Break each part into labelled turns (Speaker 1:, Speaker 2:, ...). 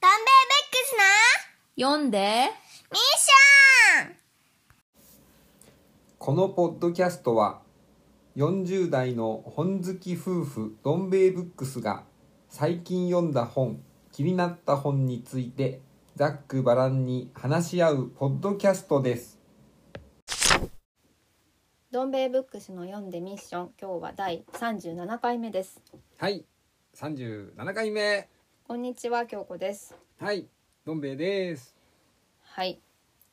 Speaker 1: ダンベー
Speaker 2: 読んで
Speaker 1: ベックスなミッション
Speaker 3: このポッドキャストは40代の本好き夫婦どん兵衛ブックスが最近読んだ本気になった本についてざっくばらんに話し合うポッドキャストです
Speaker 4: どん兵衛ブックスの読んでミッション今日は第37回目です
Speaker 3: はい37回目
Speaker 4: こんにちは京子です
Speaker 3: はいどん兵衛です
Speaker 4: はい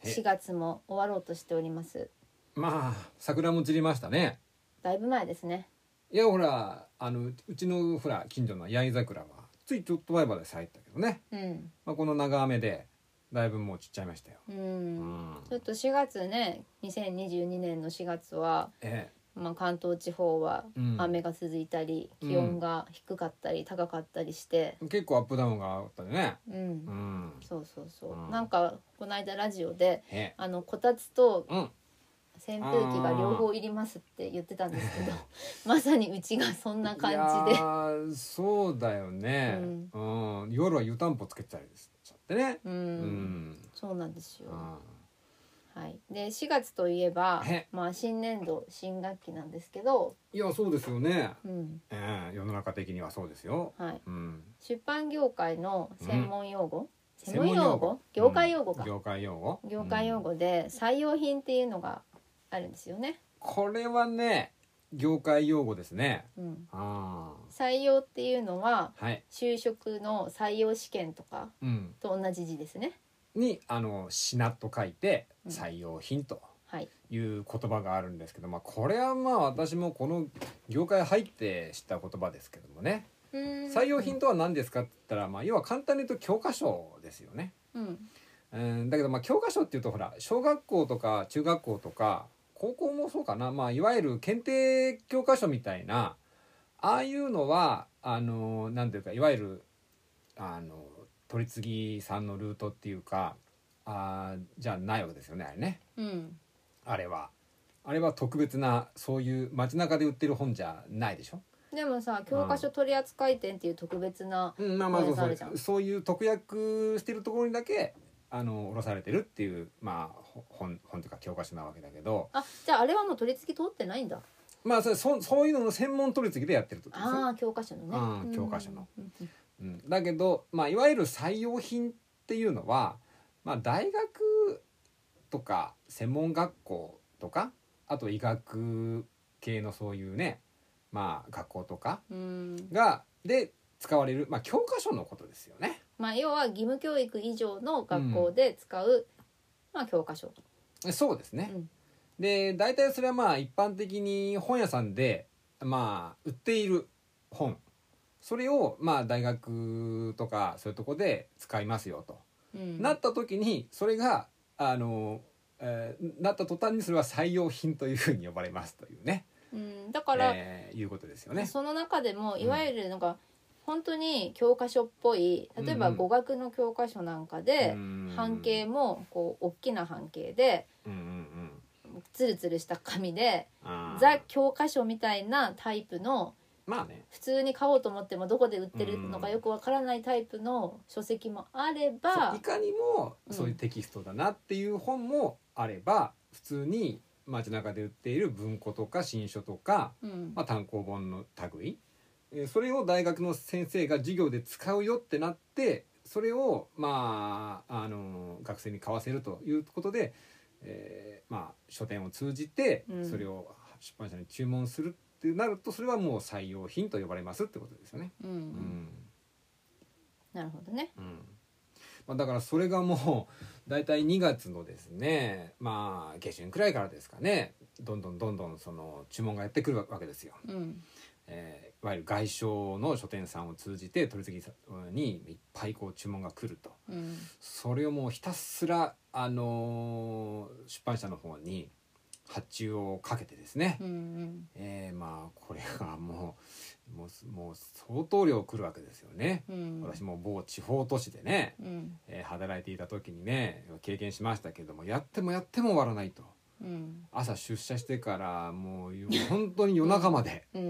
Speaker 3: え
Speaker 4: 4月も終わろうとしております
Speaker 3: まあ桜も散りましたね
Speaker 4: だいぶ前ですね
Speaker 3: いやほらあのうちのほら近所の八重桜はついちょっと前まで咲いたけどね、
Speaker 4: うん
Speaker 3: まあ、この長雨でだいぶもう散っちゃいましたよ、
Speaker 4: う
Speaker 3: うんん
Speaker 4: ちょっと4月ね2022年の4月は
Speaker 3: え
Speaker 4: まあ関東地方は
Speaker 3: うん
Speaker 4: 雨が続いたり、
Speaker 3: うん
Speaker 4: 気温が低かったり高かったりして
Speaker 3: え、結構アップダウンがあったね
Speaker 4: うん、
Speaker 3: うん
Speaker 4: そうそうそう、
Speaker 3: うん
Speaker 4: なんかこの間ラジオで
Speaker 3: ええ
Speaker 4: あのこたつと
Speaker 3: うん
Speaker 4: 扇風機が両方いりますって言ってたんですけど まさにうちがそんない
Speaker 3: や
Speaker 4: 感じで
Speaker 3: ーそうだよね、うん夜は湯たんぽつけてたりしちゃってね
Speaker 4: うん、
Speaker 3: うん、
Speaker 4: そうなんですよ、
Speaker 3: あ
Speaker 4: はい、で4月といえば
Speaker 3: え、
Speaker 4: まあ、新年度新学期なんですけど、
Speaker 3: いやそうですよね、
Speaker 4: うん
Speaker 3: ええ世の中的にはそうですよ、
Speaker 4: はい、
Speaker 3: うん、
Speaker 4: 出版業界の専門用語、専門
Speaker 3: 専門用
Speaker 4: 用
Speaker 3: 語
Speaker 4: 語業界用語か、
Speaker 3: 業界用語
Speaker 4: 業界用
Speaker 3: うん
Speaker 4: 語で採用品っていうのがあるんですよね、
Speaker 3: これはね業界用語ですね
Speaker 4: うん、
Speaker 3: あ
Speaker 4: 採用っていうのは
Speaker 3: あはい、
Speaker 4: 就職の採用試験とか
Speaker 3: うん、
Speaker 4: と同じ字ですね
Speaker 3: にあの「品」と書いて「
Speaker 4: うん
Speaker 3: 採用品」と
Speaker 4: はい
Speaker 3: いう言葉があるんですけど、まあ、これはまあ私もこの業界入って知った言葉ですけどもね採
Speaker 4: 採
Speaker 3: 用品とは何ですかって言ったら、まあ、要は簡単に言うと教科書ですよね。
Speaker 4: うん
Speaker 3: うん、だけどまあ教科書っていうとほら小学校とか中学校とか高校もそうかな、まあ、いわゆる検定教科書みたいなああいうのはあのなんていうかいわゆるあの取り次ぎさんのルートっていうかあーじゃないわけですよねあれね
Speaker 4: うん
Speaker 3: あれは。あれは特別なそういう街中で売ってる本じゃないでしょ
Speaker 4: でもさ教科書取扱店っていう特別な
Speaker 3: うん、まあまあそう
Speaker 4: こういうやつあ
Speaker 3: そ
Speaker 4: るじゃ
Speaker 3: うんそういう特約してるところにだけあの下ろされてるっていうまあほ本本というか教科書なわけだけど
Speaker 4: あじゃああれはもう取り付き通ってないんだ
Speaker 3: まあそれそそういうのの専門取り次ぎでやってるってことですよ
Speaker 4: ああ教科書のね
Speaker 3: うん
Speaker 4: うん
Speaker 3: 教科書の
Speaker 4: うん
Speaker 3: うん、だけど、まあ、いわゆる採用品っていうのは、まあ、大学とか専門学校とかあと医学系のそういうねまあ学校とか
Speaker 4: うん
Speaker 3: がで使われる、まあ、教科書のことですよね。
Speaker 4: まあ要は義務教育以上の学校で使うまあ教科書
Speaker 3: そうですね、
Speaker 4: うん
Speaker 3: で大体それはまあ一般的に本屋さんでまあ売っている本それをまあ大学とかそういうとこで使いますよと、
Speaker 4: うん
Speaker 3: なった時にそれがあの、えーなった途端にそれは採用品というふうに呼ばれますというね
Speaker 4: うんだから
Speaker 3: えーいうことですよね。
Speaker 4: その中でも
Speaker 3: ん
Speaker 4: いわゆるなんか本当に教科書っぽい例えば
Speaker 3: うんうん
Speaker 4: 語学の教科書なんかで
Speaker 3: うん
Speaker 4: 半径もこう大きな半径で
Speaker 3: うんうんうん
Speaker 4: ツルツルした紙で
Speaker 3: あー
Speaker 4: ザ教科書みたいなタイプの
Speaker 3: まあね
Speaker 4: 普通に買おうと思ってもどこで売ってるのかよくわからないタイプの書籍もあれ
Speaker 3: そう
Speaker 4: ば
Speaker 3: い、かにも
Speaker 4: うん
Speaker 3: そういうテキストだなっていう本もあれば、普通に街中で売っている文庫とか新書とか、
Speaker 4: うん
Speaker 3: まあ、単行本の類えーそれを大学の先生が授業で使うよってなってそれをまああの学生に買わせるということで、えーまあ、書店を通じて
Speaker 4: うん
Speaker 3: それを出版社に注文するってなるとそれはもう採用品と呼ばれますってことですよね。
Speaker 4: うん
Speaker 3: うん
Speaker 4: なるほどね。
Speaker 3: うんまあ、だからそれがもう 大体2月のですねまあ下旬くらいからですかねどんどんどんどんその注文がやってくるわけですよ、
Speaker 4: うん
Speaker 3: えーいわゆる外商の書店さんを通じて取り次ぎにいっぱいこう注文が来ると
Speaker 4: うん
Speaker 3: それをもうひたすら、あのー出版社の方に発注をかけてですね、
Speaker 4: うんうん
Speaker 3: えーまあこれがもうもうもう相当量来るわけですよね。
Speaker 4: うん
Speaker 3: 私も某地方都市でね、
Speaker 4: うん
Speaker 3: えー働いていた時にね経験しましたけどもやってもやっても終わらないと
Speaker 4: うん
Speaker 3: 朝出社してからも う本当に夜中まで
Speaker 4: うん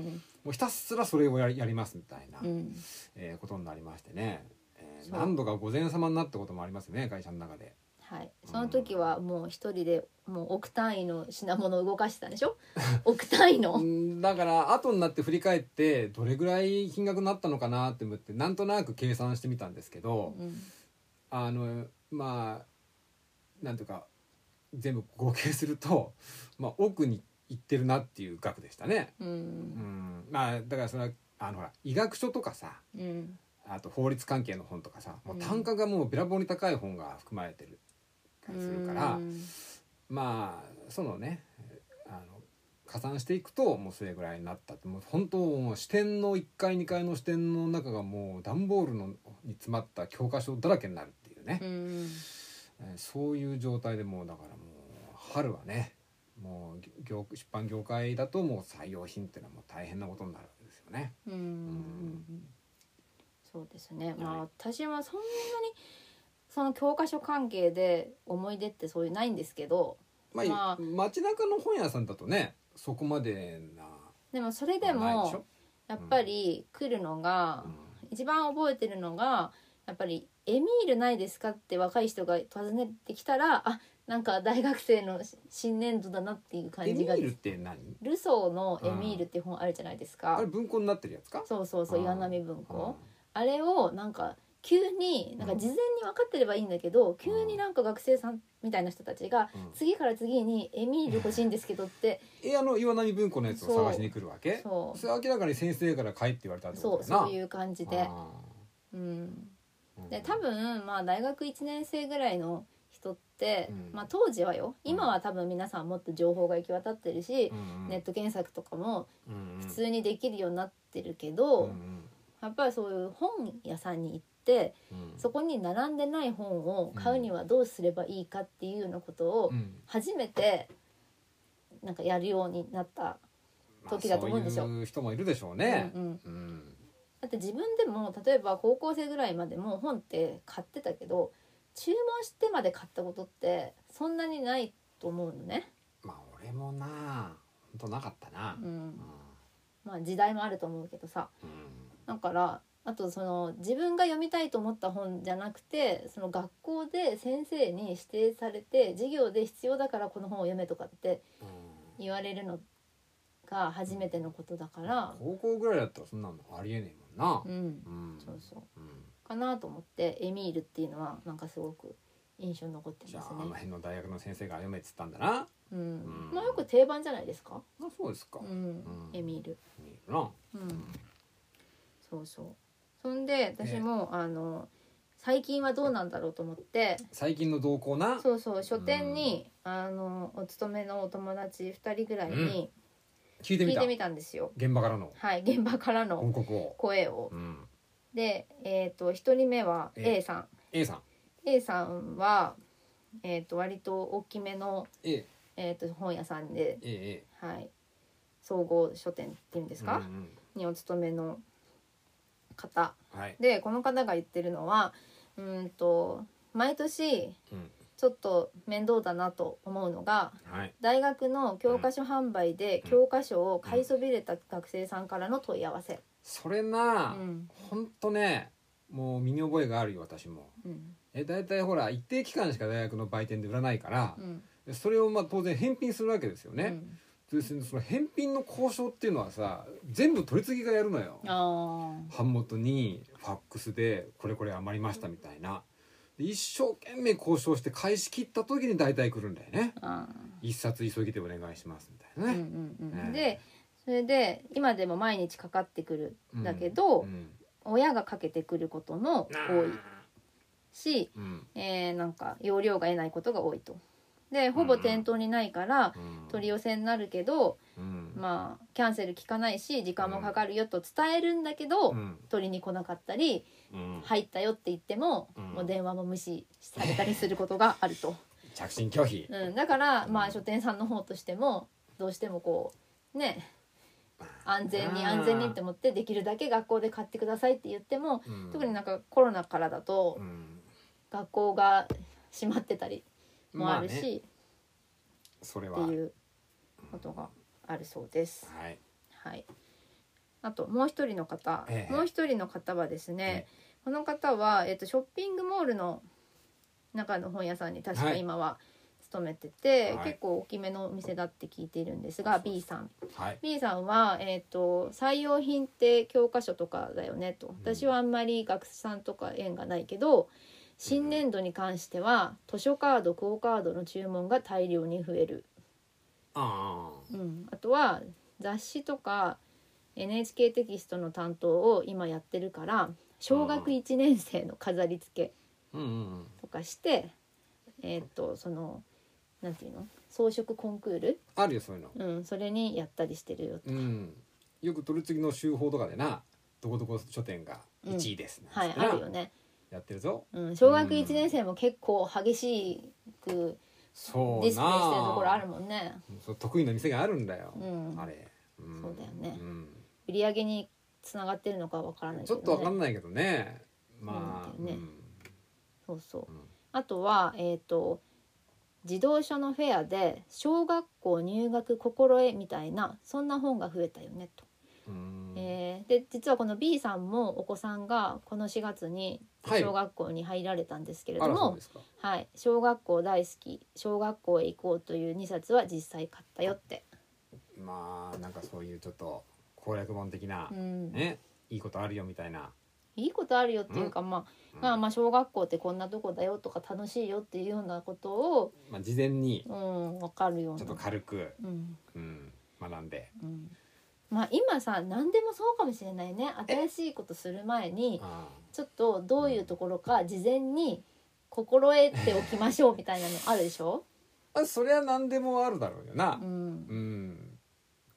Speaker 3: もうひたすらそれをやりやりますみたいな、
Speaker 4: うん
Speaker 3: えーことになりましてね、えー
Speaker 4: そう
Speaker 3: 何度か御前様になったこともありますね会社の中で
Speaker 4: はい、その時はもう一人でもう億単位の品物を動かしてたんでしょ億単位
Speaker 3: う
Speaker 4: の
Speaker 3: んだから後になって振り返ってどれぐらい金額になったのかなって思ってなんとなく計算してみたんですけど、
Speaker 4: うん
Speaker 3: あのまあなんていうか全部合計すると、まあ、奥に行ってるなっていう額でしたね。
Speaker 4: う
Speaker 3: うんんまあ、だからそれはあのほら医学書とかさ
Speaker 4: うん
Speaker 3: あと法律関係の本とかさもう
Speaker 4: うん
Speaker 3: 単価がもうべらぼうに高い本が含まれてる
Speaker 4: う
Speaker 3: りするから、
Speaker 4: ん
Speaker 3: まあそのねあの加算していくともうそれぐらいになったってもう本当もう支店の1階2階の支店の中がもう段ボールのに詰まった教科書だらけになるっていうね、
Speaker 4: うん
Speaker 3: えーそういう状態でもうだからもう春はねもう業出版業界だともう採用品っていうのはもう大変なことになるわけですよね。
Speaker 4: うんうんそうですね、まあ
Speaker 3: はい
Speaker 4: 私はそんなにその教科書関係で思い出ってそういうないんですけど
Speaker 3: まあ、
Speaker 4: まあ
Speaker 3: 街中の本屋さんだとねそこまでな
Speaker 4: でもそれで
Speaker 3: ないでし
Speaker 4: も
Speaker 3: ょ、
Speaker 4: やっぱり来るのが、
Speaker 3: う
Speaker 4: 一番覚えてるのがやっぱり「エミールないですか?」って若い人が訪ねてきたらあなんか大学生のし新年度だなっていう感
Speaker 3: ん、エ
Speaker 4: じ
Speaker 3: ミ
Speaker 4: が
Speaker 3: ールって何
Speaker 4: ルソーの「エミール」っていう本あるじゃないです
Speaker 3: あ
Speaker 4: か
Speaker 3: れ。文庫になってるやつか
Speaker 4: そうそうそう
Speaker 3: うん
Speaker 4: 岩波文庫、
Speaker 3: うん
Speaker 4: あれをなんか急になんか事前に分かってればいいんだけど、急になんか学生さんみたいな人たちが、
Speaker 3: うん
Speaker 4: 次から次に「エミール欲しいんですけど」って
Speaker 3: えあの岩波文庫のやつを探しに来るわけ
Speaker 4: そう
Speaker 3: れは明らかに先生から帰って言われたって
Speaker 4: そ
Speaker 3: こ
Speaker 4: う
Speaker 3: とだな
Speaker 4: そういう感じで。
Speaker 3: あ
Speaker 4: うん
Speaker 3: ーうん
Speaker 4: で多分まあ大学1年生ぐらいの人って、
Speaker 3: うん
Speaker 4: まあ、当時はよ
Speaker 3: うん
Speaker 4: 今は多分皆さんもっと情報が行き渡ってるし、
Speaker 3: うんうん
Speaker 4: ネット検索とかも
Speaker 3: うんうん
Speaker 4: 普通にできるようになってるけど、
Speaker 3: うんうん
Speaker 4: やっぱりそういう本屋さんに行って
Speaker 3: うん
Speaker 4: そこに並んでない本を買うにはどうすればいいかっていうようなことを
Speaker 3: うん
Speaker 4: 初めてなんかやるようになった、時だと思うんですよ
Speaker 3: まあそういう人もいるでしょうね
Speaker 4: うんうん
Speaker 3: うん
Speaker 4: だって自分でも例えば高校生ぐらいまでも本って買ってたけど注文してまで買ったことってそんなにないと思うのね、
Speaker 3: まあ俺もな本当なかったな
Speaker 4: う
Speaker 3: うんん
Speaker 4: まあ、時代もあると思うけどさ
Speaker 3: うん
Speaker 4: だからあとその自分が読みたいと思った本じゃなくてその学校で先生に指定されて授業で必要だからこの本を読めとかって
Speaker 3: うん
Speaker 4: 言われるのが初めてのことだから、
Speaker 3: 高校ぐらいだったらそんなのありえねえもん
Speaker 4: う、
Speaker 3: なんうん
Speaker 4: そうそう
Speaker 3: うん
Speaker 4: かなと思って「エミール」っていうのはなんかすごく印象に残って
Speaker 3: じゃ
Speaker 4: ま
Speaker 3: あ
Speaker 4: す
Speaker 3: あ
Speaker 4: ね。
Speaker 3: の辺の大学の先生が読めって言ったんだな
Speaker 4: うん
Speaker 3: うん、
Speaker 4: まあよく定番じゃないですか。
Speaker 3: あそうですか
Speaker 4: うん、
Speaker 3: ん
Speaker 4: エミール。
Speaker 3: 見るな
Speaker 4: うん、そうそう。そんで私も、あの最近はどうなんだろうと思って、
Speaker 3: 最近の動向な
Speaker 4: そうそう書店に、あのお勤めのお友達二人ぐらいに
Speaker 3: 聞いて
Speaker 4: 聞
Speaker 3: み
Speaker 4: い
Speaker 3: た
Speaker 4: てみたんですよ。
Speaker 3: 現場からの
Speaker 4: はい、現場から
Speaker 3: 報
Speaker 4: の
Speaker 3: 告を、
Speaker 4: 声を。
Speaker 3: うん、
Speaker 4: で、えっ、と一人目は
Speaker 3: え
Speaker 4: A さん。
Speaker 3: A さん
Speaker 4: A さんはえっ、と割と大きめの
Speaker 3: A
Speaker 4: えっ、と本屋さんで、
Speaker 3: A A
Speaker 4: はい、総合書店っていうん
Speaker 3: で
Speaker 4: で
Speaker 3: す
Speaker 4: か。にお勤めの方
Speaker 3: はい、
Speaker 4: でこの方が言ってるのはうーんと毎年
Speaker 3: うん、
Speaker 4: ちょっと面倒だなと思うのが
Speaker 3: はい
Speaker 4: 大学の教科書販売で
Speaker 3: うん
Speaker 4: 教科書を買いそびれた学生さんからの問い合わせ。
Speaker 3: それ
Speaker 4: う
Speaker 3: な、
Speaker 4: ん
Speaker 3: ほんとねもう身に覚えがあるよ私も
Speaker 4: うん
Speaker 3: え大体ほら一定期間しか大学の売店で売らないから
Speaker 4: う、ん
Speaker 3: でそれをまあ当然返品するわけですよ
Speaker 4: う
Speaker 3: ね、
Speaker 4: ん
Speaker 3: でそのその返品の交渉っていうのはさ全部取り次ぎがやるのよ
Speaker 4: あ
Speaker 3: 版元にファックスでこれこれ余りましたみたいなで一生懸命交渉して返し切った時に大体来るんだよね
Speaker 4: ーあ
Speaker 3: 一冊急ぎでお願いしますみたいな
Speaker 4: ー。う
Speaker 3: んね、
Speaker 4: うんう
Speaker 3: ね
Speaker 4: んでそれで今でも毎日かかってくる
Speaker 3: うん
Speaker 4: だけど、
Speaker 3: うん
Speaker 4: 親がかけてくることも多いし
Speaker 3: うん
Speaker 4: えーなんか容量が得ないことが多いと。でほぼ店頭にないから
Speaker 3: うん
Speaker 4: 取り寄せになるけど、
Speaker 3: うん
Speaker 4: まあキャンセル効かないし時間もかかるよと伝えるんだけど、
Speaker 3: うん
Speaker 4: 取りに来なかったり
Speaker 3: うん
Speaker 4: 入ったよって言っても、
Speaker 3: うん
Speaker 4: もう電話も無視されたりすることがある と。
Speaker 3: 着信拒否、
Speaker 4: うん、だから、ま
Speaker 3: う
Speaker 4: あ
Speaker 3: ん
Speaker 4: 書店さんの方としてもどうしてもこうね安全に
Speaker 3: あー
Speaker 4: 安全にって思ってできるだけ学校で買ってくださいって言っても、
Speaker 3: うん
Speaker 4: 特になんかコロナからだと
Speaker 3: うん
Speaker 4: 学校が閉まってたりもあるし。
Speaker 3: まね、それは
Speaker 4: っていうことがあるそうです。
Speaker 3: はい
Speaker 4: はい。あともう一人の方、
Speaker 3: ええ
Speaker 4: もう一人の方はですね、この方は、えっと、ショッピングモールの中の本屋さんに確か
Speaker 3: はい
Speaker 4: 今は勤めてて、
Speaker 3: はい
Speaker 4: 結構大きめのお店だって聞いているんです
Speaker 3: そ
Speaker 4: が
Speaker 3: うそう
Speaker 4: B さん
Speaker 3: はい。
Speaker 4: B さんは、えっと採用品って教科書とかだよねと私はあんまり学生さんとか縁がないけど新年度に関しては図書カードクオ・カードの注文が大量に増える
Speaker 3: あ
Speaker 4: うん、あとは雑誌とか NHK テキストの担当を今やってるから小学
Speaker 3: うん
Speaker 4: 1年生の飾り付け
Speaker 3: あ。うんうんうん。
Speaker 4: とかして、えーっとそのなんていうの装飾コンクール、
Speaker 3: あるよそういうの。
Speaker 4: うん、それにやったりしてるよと、
Speaker 3: うん。よく取り次ぎの集報とかでな、どこどこ書店が一位です、ね
Speaker 4: はい、あるよ。ね、
Speaker 3: やってるぞ。
Speaker 4: うん、小学1年生も結構激しくデ
Speaker 3: そうな。
Speaker 4: ィスプレイしてるところあるもんね
Speaker 3: そう得意な店があるんだよ。
Speaker 4: うん
Speaker 3: あれ。ん
Speaker 4: そうだよね
Speaker 3: うん
Speaker 4: 売り上げにつながってるのかわからないけ
Speaker 3: ち
Speaker 4: ど、
Speaker 3: ょ
Speaker 4: ね、
Speaker 3: っとわかんないけどね。まあ。
Speaker 4: うんだよね
Speaker 3: うん
Speaker 4: そうそう、
Speaker 3: うん
Speaker 4: あとはえっ、と自動車のフェアで小学校入学心得みたいなそんな本が増えたよねと、
Speaker 3: うん
Speaker 4: えーで実はこの B さんもお子さんがこの4月に
Speaker 3: はい
Speaker 4: 小学校に入られたんですけれど
Speaker 3: あら
Speaker 4: も、
Speaker 3: そう
Speaker 4: は
Speaker 3: で
Speaker 4: い
Speaker 3: すか。
Speaker 4: 小学校大好き小学校へ行こうという2冊は実際買ったよって、
Speaker 3: まあなんかそういうちょっと攻略本的な
Speaker 4: う、ん
Speaker 3: ねいいことあるよみたいな、
Speaker 4: いいことあるよっていうか、まあ
Speaker 3: うん
Speaker 4: まあまあ小学校ってこんなとこだよとか楽しいよっていうようなことを、
Speaker 3: まあ、事前に
Speaker 4: うん、分かるような。
Speaker 3: ちょっと軽く、
Speaker 4: うん
Speaker 3: うん、学んで
Speaker 4: うんまあ今さ何でもそうかもしれないね新しいことする前に
Speaker 3: あ
Speaker 4: ちょっとどういうところか事前に心得ておきましょうみたいなのあるでしょ、
Speaker 3: ああそりゃ何でもあるだろうよな
Speaker 4: う、
Speaker 3: うん
Speaker 4: ん、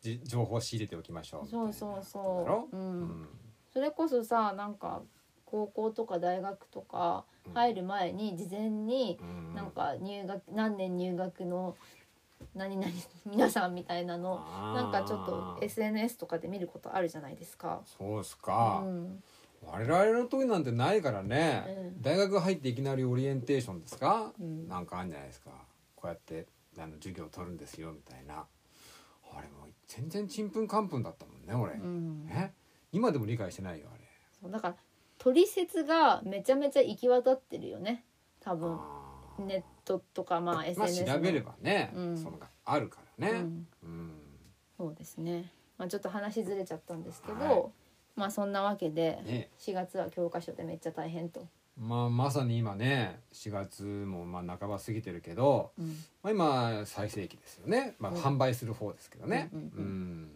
Speaker 3: じ情報仕入れておきましょうみたい
Speaker 4: そ
Speaker 3: な
Speaker 4: うそう
Speaker 3: ことだろ
Speaker 4: そう、う
Speaker 3: うん
Speaker 4: ん、それこそさなんか高校とか大学とか
Speaker 3: うん
Speaker 4: 入る前に事前に
Speaker 3: うん
Speaker 4: なんか入学何年入学の何々皆さんみたいなの
Speaker 3: あー
Speaker 4: なんかちょっと SNS とかで見ることあるじゃないですか。
Speaker 3: そうです
Speaker 4: う
Speaker 3: か、
Speaker 4: ん、
Speaker 3: 我々の時なんてないからね、
Speaker 4: うん
Speaker 3: 大学入っていきなりオリエンテーションですか、
Speaker 4: うん
Speaker 3: なんかあるんじゃないですかこうやってあの授業を取るんですよみたいなあれもう全然ちんぷんかんぷんだったもんね俺、
Speaker 4: うん
Speaker 3: え今でも理解してないよあれ、
Speaker 4: そうだから取説がめちゃめちゃ行き渡ってるよね多分
Speaker 3: あー
Speaker 4: ネットとかまあ
Speaker 3: まあ
Speaker 4: SNS の
Speaker 3: 調べればね、
Speaker 4: うん
Speaker 3: そのがあるから
Speaker 4: う
Speaker 3: ね
Speaker 4: ん
Speaker 3: うん、
Speaker 4: そうですね、まあ、ちょっと話ずれちゃったんですけど、
Speaker 3: はい
Speaker 4: まあそんなわけで
Speaker 3: ね
Speaker 4: 4月は教科書でめっちゃ大変と、
Speaker 3: まあまさに今ね4月もまあ半ば過ぎてるけど、
Speaker 4: うん
Speaker 3: まあ、今最盛期ですよね、まあ、
Speaker 4: うん
Speaker 3: 販売する方ですけどね
Speaker 4: うんうんうん
Speaker 3: うん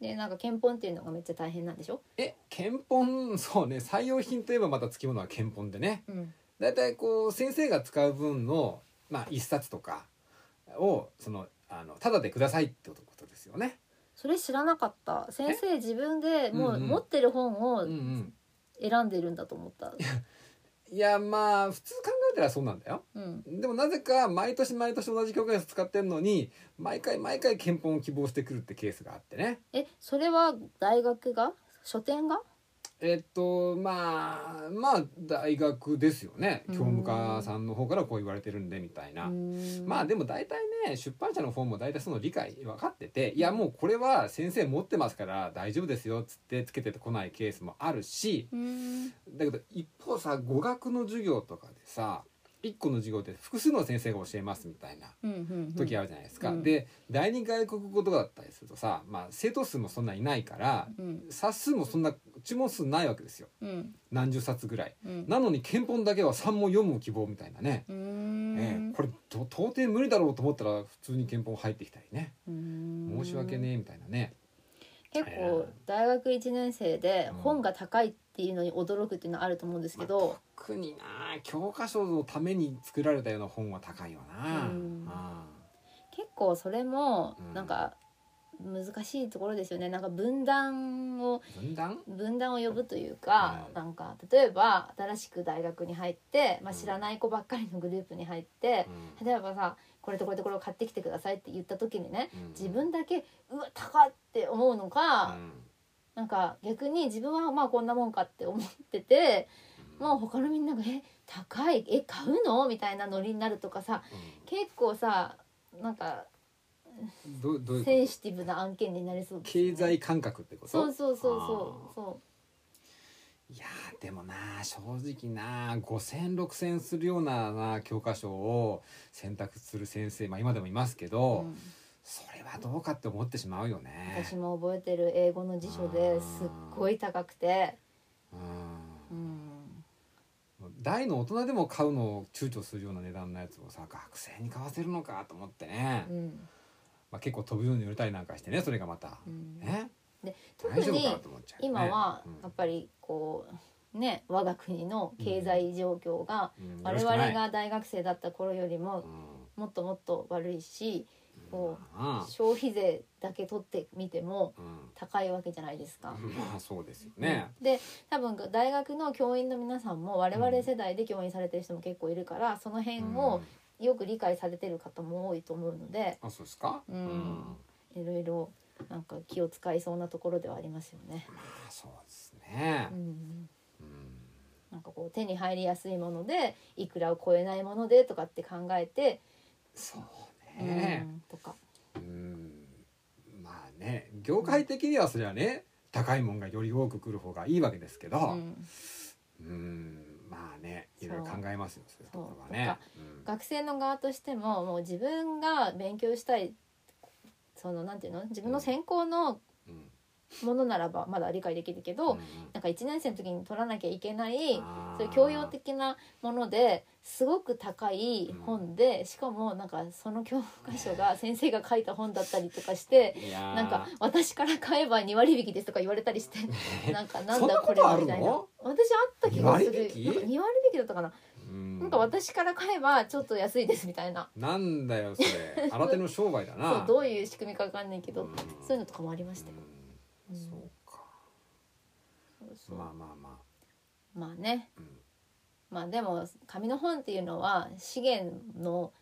Speaker 4: でなんか憲法っていうのがめっちゃ大変なんでしょ、
Speaker 3: え検本そうね採用品といえばまたつきものは検本でね
Speaker 4: うん
Speaker 3: だいたいこう先生が使う分の、まあ、一冊とかをそのあのただでくださいってことですよね。
Speaker 4: それ知らなかった先生自分でも
Speaker 3: う
Speaker 4: うん
Speaker 3: うん
Speaker 4: 持ってる本
Speaker 3: うんう
Speaker 4: を
Speaker 3: ん、
Speaker 4: 選んでるんだと思った、
Speaker 3: いやまあ普通考えたらそうなんだよ。
Speaker 4: うん、
Speaker 3: でもなぜか毎年毎年同じ教科書使ってるのに毎回毎回検本を希望してくるってケースがあってね。
Speaker 4: えそれは大学が書店が
Speaker 3: えっとまあまあ大学ですよね教務課さんの方からこう言われてるんでみたいな。まあでも大体ね出版社の方も大体その理解分かってていやもうこれは先生持ってますから大丈夫ですよっつってつけてこないケースもあるし
Speaker 4: うん
Speaker 3: だけど一方さ語学の授業とかでさ1個の授業で複数の先生が教えますみたいな
Speaker 4: うんうんうん
Speaker 3: 時あるじゃないですか。
Speaker 4: うん
Speaker 3: で第二外国語とかだったりするとさ、まあ、生徒数もそんないないから
Speaker 4: うん
Speaker 3: 冊数もそんな注文数ないわけですよ
Speaker 4: うん
Speaker 3: 何十冊ぐらい。
Speaker 4: うん
Speaker 3: なのに検本だけは3問4問希望みたいなね。
Speaker 4: うーん
Speaker 3: ええこれと到底無理だろうと思ったら普通に憲法入ってきたりね
Speaker 4: うーん
Speaker 3: 申し訳ねえみたいなね
Speaker 4: 結構大学1年生で本が高いっていうのに驚くっていうのはあると思うんですけど、
Speaker 3: 特にな教科書のために作られたような本は高いよな
Speaker 4: うん
Speaker 3: あ
Speaker 4: 結構それも
Speaker 3: うん
Speaker 4: なんか難しいところですよねなんか分断を
Speaker 3: あ分断
Speaker 4: 分断を呼ぶというか、
Speaker 3: うん
Speaker 4: なんか例えば新しく大学に入って、まあ、
Speaker 3: うん
Speaker 4: 知らない子ばっかりのグループに入って、例えばさこれとこれとこれを買ってきてくださいって言った時にね
Speaker 3: うん
Speaker 4: 自分だけうわ高っって思うのか、
Speaker 3: うん
Speaker 4: なんか逆に自分はまあこんなもんかって思っててもう他のみんなが「え高いえ買うの?」みたいなノリになるとかさ結構さなんか
Speaker 3: うんどどういう
Speaker 4: セ
Speaker 3: こ
Speaker 4: ン
Speaker 3: と
Speaker 4: シティブな案件になりそうですよね
Speaker 3: 経済感覚ってこと
Speaker 4: そうそうそうそうそ
Speaker 3: いやーでもな正直な5,0006,000円するようなな教科書を選択する先生まあ今でもいますけど、
Speaker 4: うん
Speaker 3: それはどうかって思ってしまうよね
Speaker 4: 私。も覚えてる英語の辞書ですっごい高くて、
Speaker 3: うん
Speaker 4: うん、
Speaker 3: 大の大人でも買うのを躊躇するような値段のやつをさ学生に買わせるのかと思ってね、
Speaker 4: うん
Speaker 3: まあ、結構飛ぶように売れたりなんかしてねそれがまた、
Speaker 4: うん
Speaker 3: ね
Speaker 4: で特
Speaker 3: 大丈夫か
Speaker 4: に
Speaker 3: なと思っちゃうよね、
Speaker 4: 今は
Speaker 3: うん
Speaker 4: やっぱりこうね我が国の経済状況が
Speaker 3: うん
Speaker 4: 我
Speaker 3: よろし
Speaker 4: 々
Speaker 3: くない
Speaker 4: が大学生だった頃よりも
Speaker 3: う
Speaker 4: もっともっと悪いしこ
Speaker 3: んま
Speaker 4: う消費税だけ取ってみても
Speaker 3: あうん
Speaker 4: 高いわけじゃないですか。
Speaker 3: まあそうですよね。
Speaker 4: で多分大学の教員の皆さんも我々世代で教員されてる人も結構いるからその辺を
Speaker 3: うん
Speaker 4: よく理解されてる方も多いと思うので
Speaker 3: あそうですか。
Speaker 4: うんいろいろなんか気を使いそうなところではありますよね。
Speaker 3: まあそうですね
Speaker 4: う。ん
Speaker 3: うん
Speaker 4: なんかこう手に入りやすいものでいくらを超えないものでとかって考えて、
Speaker 3: そうね
Speaker 4: う。んとか
Speaker 3: うんまあね業界的にはそれはね高いもんがより多く来る方がいいわけですけ
Speaker 4: う
Speaker 3: ど。
Speaker 4: ん
Speaker 3: うんまあね
Speaker 4: そう
Speaker 3: いろいろ考えますよそういうところはね。うん
Speaker 4: 学生の側としてももう自分が勉強したいそのなんていうの自分の専攻の
Speaker 3: うん
Speaker 4: ものならばまだ理解できるけど、
Speaker 3: うん
Speaker 4: なんか1年生の時に取らなきゃいけない
Speaker 3: あー
Speaker 4: そういう教養的なものですごく高い本で、しかもなんかその教科書が先生が書いた本だったりとかして
Speaker 3: いやー
Speaker 4: なんか私から買えば2割引きですとか言われたりしてなんかなん
Speaker 3: そんな
Speaker 4: だ
Speaker 3: こと
Speaker 4: これは
Speaker 3: ある
Speaker 4: み
Speaker 3: の
Speaker 4: たいな私あった気がす
Speaker 3: 2
Speaker 4: るなん
Speaker 3: 割
Speaker 4: か
Speaker 3: 引き
Speaker 4: 2割引きだったかな、
Speaker 3: うん
Speaker 4: なんか私から買えばちょっと安いですみたいな
Speaker 3: なんだ よそれ新手の商売だ
Speaker 4: そう
Speaker 3: な。
Speaker 4: どういう仕組みかわかんないけど、
Speaker 3: うん
Speaker 4: そういうのとかもありましたよ、
Speaker 3: う
Speaker 4: うんん
Speaker 3: そうか。
Speaker 4: そうそう
Speaker 3: まあまあま
Speaker 4: まあね
Speaker 3: あ。うん
Speaker 4: まあでも紙の本っていうのは資源の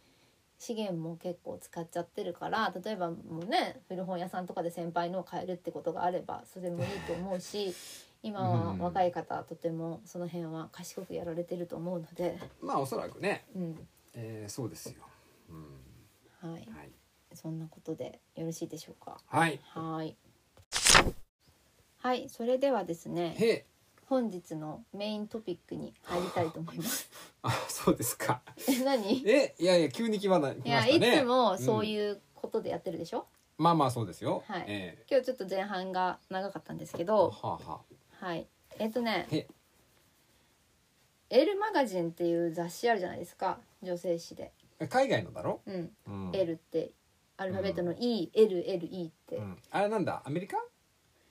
Speaker 4: 資源も結構使っちゃってるから例えばもうね古本屋さんとかで先輩のを買えるってことがあればそれもいいと思 うし今は若い方はとてもその辺は賢くやられてると思うので、
Speaker 3: まあおそらくね、
Speaker 4: うん
Speaker 3: えー、そうですよ。うん、
Speaker 4: はい、
Speaker 3: はい、
Speaker 4: そんなことでよろしいでしょうか。
Speaker 3: はい、
Speaker 4: はいはいそれではですね
Speaker 3: へ え、
Speaker 4: 本日のメイントピックに入りたいと思います。
Speaker 3: あそうですか。
Speaker 4: え 何 い
Speaker 3: え、いやいや急に来まな来ま
Speaker 4: や
Speaker 3: した
Speaker 4: い
Speaker 3: ね。
Speaker 4: つもそう
Speaker 3: うん、
Speaker 4: いうことでやってるでしょ、
Speaker 3: まあまあそうですよ。
Speaker 4: はい
Speaker 3: え
Speaker 4: 今日ちょっと前半が長かったんですけ
Speaker 3: ー、
Speaker 4: ど、
Speaker 3: はあ、は
Speaker 4: はい、えっ、とね
Speaker 3: へ
Speaker 4: 「エルマガジン」っていう雑誌あるじゃないですか女性誌で、
Speaker 3: あ、海外のだろ。
Speaker 4: うん
Speaker 3: うん、
Speaker 4: L ってアルファベットの ELLE って、
Speaker 3: うん、あれなんだアメリカ？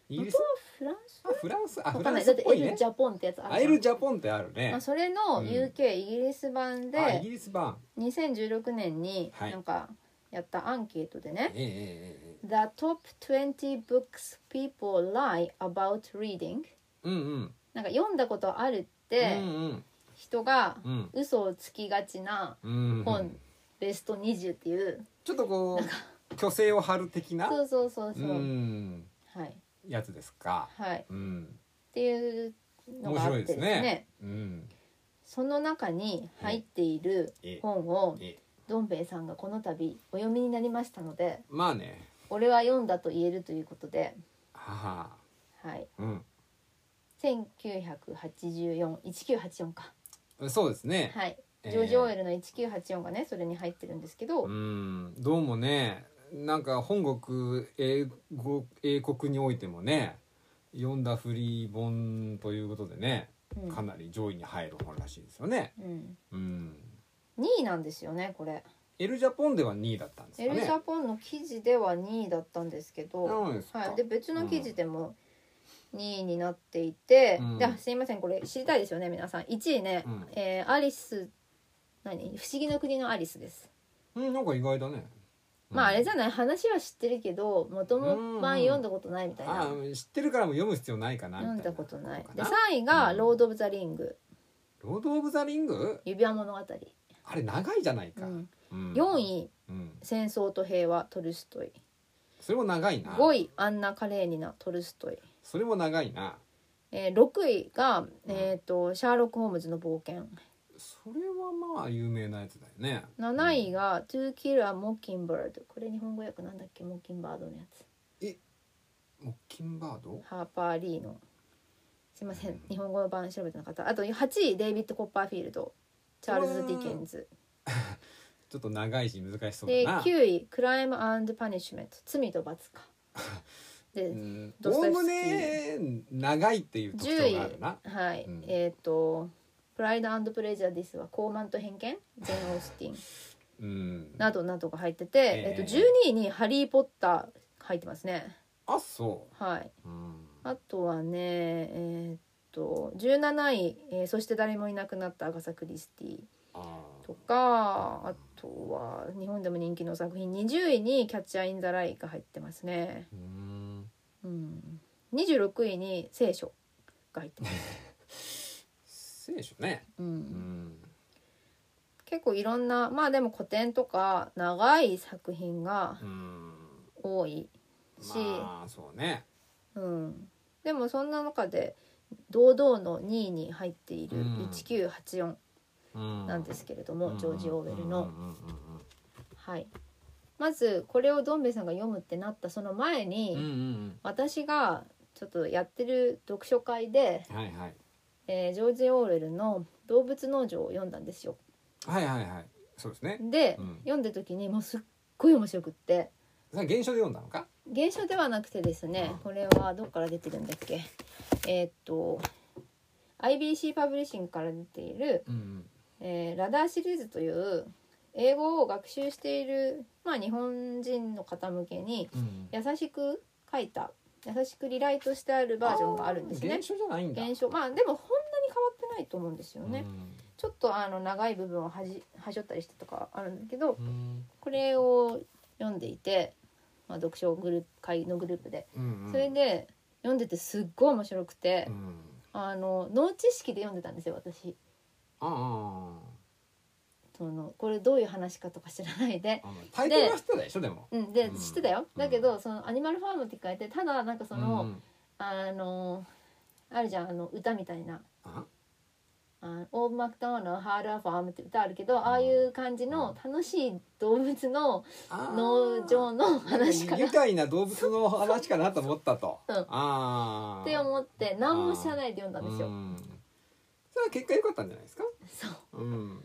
Speaker 3: イギリ
Speaker 4: 本当
Speaker 3: ス
Speaker 4: は？フランス
Speaker 3: あフランスあ
Speaker 4: わ
Speaker 3: フ
Speaker 4: か
Speaker 3: ラ
Speaker 4: んな
Speaker 3: ン
Speaker 4: い
Speaker 3: ス
Speaker 4: だ
Speaker 3: っ
Speaker 4: って
Speaker 3: ぽい
Speaker 4: L
Speaker 3: ね
Speaker 4: ジ。ャポンってやつあ
Speaker 3: あエ
Speaker 4: るじゃん
Speaker 3: ルジャポンってある
Speaker 4: ま
Speaker 3: ね
Speaker 4: あ、。それの
Speaker 3: うん
Speaker 4: UK、イギリス版
Speaker 3: あイギ
Speaker 4: で
Speaker 3: リス版。
Speaker 4: 2016年に
Speaker 3: はい
Speaker 4: なんかやったアンケートで
Speaker 3: え
Speaker 4: ね
Speaker 3: えええええ。
Speaker 4: 「The top 20 books people lie about reading
Speaker 3: うんうん。」
Speaker 4: なんか読んだことあるって
Speaker 3: うん
Speaker 4: 人が
Speaker 3: うんうん
Speaker 4: 嘘をつきがちな
Speaker 3: うん。
Speaker 4: 本ベスト20っていう
Speaker 3: ちょっとこう虚勢を張る的な
Speaker 4: そうそうそうそう、
Speaker 3: うん
Speaker 4: はい
Speaker 3: やつですか。
Speaker 4: はいっ
Speaker 3: うん。
Speaker 4: ていうの
Speaker 3: 面
Speaker 4: があっ
Speaker 3: 白
Speaker 4: て
Speaker 3: い
Speaker 4: で
Speaker 3: ですす
Speaker 4: ね
Speaker 3: ね。うん。
Speaker 4: その中に入っている
Speaker 3: ええ
Speaker 4: 本を
Speaker 3: え
Speaker 4: どん兵衛さんがこの度お読みになりましたので
Speaker 3: まあね。
Speaker 4: 俺は読んだと言えるということで、
Speaker 3: はあ。
Speaker 4: はい、
Speaker 3: う
Speaker 4: 19841984か
Speaker 3: ん。そうですね。
Speaker 4: はい、
Speaker 3: えー
Speaker 4: ジョージ・オエルの1984がねそれに入ってるんですけど、
Speaker 3: うん。どうもね、なんか本国英語英国においてもね、読んだフリー本ということでね、
Speaker 4: うん
Speaker 3: かなり上位に入る本らしいですよね。
Speaker 4: うん、
Speaker 3: うん。
Speaker 4: 2位なんですよねこれ。
Speaker 3: エルジャポンでは2位だったんです
Speaker 4: エ
Speaker 3: か
Speaker 4: ル・ジ
Speaker 3: ね。
Speaker 4: ャポンの記事では2位だったんですけど、
Speaker 3: そうですか
Speaker 4: はい、で別の記事でも2位になっていて、
Speaker 3: うん
Speaker 4: であすいませんこれ知りたいですよね皆さん1位ね、
Speaker 3: うん
Speaker 4: えーアリス何不思議の国のアリスです、
Speaker 3: うん、なんか意外だね。
Speaker 4: まああれ
Speaker 3: じ
Speaker 4: じゃない話は知ってるけど元も版読んだことないみたいな、
Speaker 3: ああ知ってるからもう読む必要ないかなみたい
Speaker 4: 読ん
Speaker 3: な
Speaker 4: だことない
Speaker 3: か
Speaker 4: で
Speaker 3: な
Speaker 4: 3位が「
Speaker 3: うん
Speaker 4: ロード・オブ・ザ・リング
Speaker 3: ロード・オブ・ザ・リング」
Speaker 4: 指輪物語、
Speaker 3: あれ長いじゃないうか、
Speaker 4: ん、
Speaker 3: うん
Speaker 4: 4位
Speaker 3: うん
Speaker 4: 「戦争と平和」トルストイ
Speaker 3: それも長いな
Speaker 4: 5位「アンナ・カレーニナ」トルストイ
Speaker 3: それも長いな
Speaker 4: えー、6位が、えー、とシャーロック・ホームズの冒険
Speaker 3: それはまあ有名なやつだよね
Speaker 4: 7位
Speaker 3: が、
Speaker 4: が「To Kill a Mockingbird」これ日本語訳なんだっけモッキンバードのやつ
Speaker 3: うんモッキンバード
Speaker 4: ハーパー・リーのすいません日本語版調べてなかったあと8位デイビッド・コッパーフィールドチャールズ・ディケンズ
Speaker 3: ちょっと長いし難しそう
Speaker 4: で
Speaker 3: だな。
Speaker 4: 9位「クライム・アンド・パニッシュメント」「罪と 罰か」で
Speaker 3: うん
Speaker 4: ドス
Speaker 3: お
Speaker 4: ト
Speaker 3: お
Speaker 4: エフス
Speaker 3: む
Speaker 4: キー
Speaker 3: ね長いっていう特
Speaker 4: 10
Speaker 3: 徴
Speaker 4: 位
Speaker 3: があるな。
Speaker 4: はい、
Speaker 3: うん
Speaker 4: えっ、と「プライドプレジャー・ディス」は「高慢と偏見」ジェーン・オースティン
Speaker 3: うん。
Speaker 4: などなどが入ってて、え
Speaker 3: えー
Speaker 4: っと12位に「ハリー・ポッター」入ってますね
Speaker 3: あそ
Speaker 4: はい。
Speaker 3: う。うん。
Speaker 4: あとはね、えーっと17位、えーそして誰もいなくなったアガサ・クリスティ
Speaker 3: あ
Speaker 4: とか、あとは日本でも人気の作品20位にキャッチャー・イン・ザ・ライが入ってますね。
Speaker 3: ーうん。
Speaker 4: うん、26位に聖書が入ってます。
Speaker 3: 聖書ね。
Speaker 4: う、
Speaker 3: うんん。
Speaker 4: 結構いろんな、まあでも古典とか長い作品が
Speaker 3: うん。
Speaker 4: 多いし、
Speaker 3: まあそうね。
Speaker 4: うん、でもそんな中で堂々の2位に入っている
Speaker 3: うん
Speaker 4: 1984。
Speaker 3: うん。
Speaker 4: なんですけれども、
Speaker 3: うん
Speaker 4: ジョージ・オーウェルの、
Speaker 3: うんうん
Speaker 4: はい、まずこれをどん兵衛さんが読むってなったその前に、
Speaker 3: うんうんうんうん
Speaker 4: 私がちょっとやってる読書会で、
Speaker 3: うん。はいはい
Speaker 4: えージョージ・オーウェルの「動物農場」を読んだんですよ。
Speaker 3: はいはいはい。そうですね。
Speaker 4: で、
Speaker 3: うん
Speaker 4: 読んだ時にもうすっごい面白くって
Speaker 3: それは原書で読んだのか。
Speaker 4: 現象ではなくてですねこれはどっから出てるんだっけえーっと IBC パブリッシングから出ている「
Speaker 3: うん
Speaker 4: えーラダーシリーズという英語を学習している、まあ、日本人の方向けに
Speaker 3: うん。うん。
Speaker 4: 優しく書いた優しくリライトしてあるバージョンがあるんですね
Speaker 3: 原。書じゃないんだ。
Speaker 4: 現象まあでもこんなに変わってないと思うんですよね。
Speaker 3: うん
Speaker 4: ちょっとあの長い部分をはじはしょったりしてとかあるんだけど
Speaker 3: うん
Speaker 4: これを読んでいて、まあ、読書グループ会のグループで
Speaker 3: うんうん
Speaker 4: それで読んでてすっごい面白くて、
Speaker 3: うん
Speaker 4: あの脳知識で読んでたんですよ私。
Speaker 3: ああ
Speaker 4: そのこれどういう話かとか知らないで
Speaker 3: ああタイトルは知ってたでしょでも
Speaker 4: うん、で、
Speaker 3: うん
Speaker 4: 知ってたよだけど、そのアニマルファームって書いてただなんかその、
Speaker 3: うん
Speaker 4: あのあるじゃんあの歌みたいな
Speaker 3: あ
Speaker 4: 「あオーブ・マクドナルドのハード・ア・ファーム」って歌あるけど、ああいう感じの楽しい動物の
Speaker 3: あ
Speaker 4: 農場の話かな
Speaker 3: 愉
Speaker 4: っ
Speaker 3: 快な動物の話かなと思ったと、
Speaker 4: うん
Speaker 3: ああ
Speaker 4: て
Speaker 3: っ
Speaker 4: 思って何も知らないで読んだんですよ。
Speaker 3: それは結果良かったんじゃないですか
Speaker 4: そう
Speaker 3: うん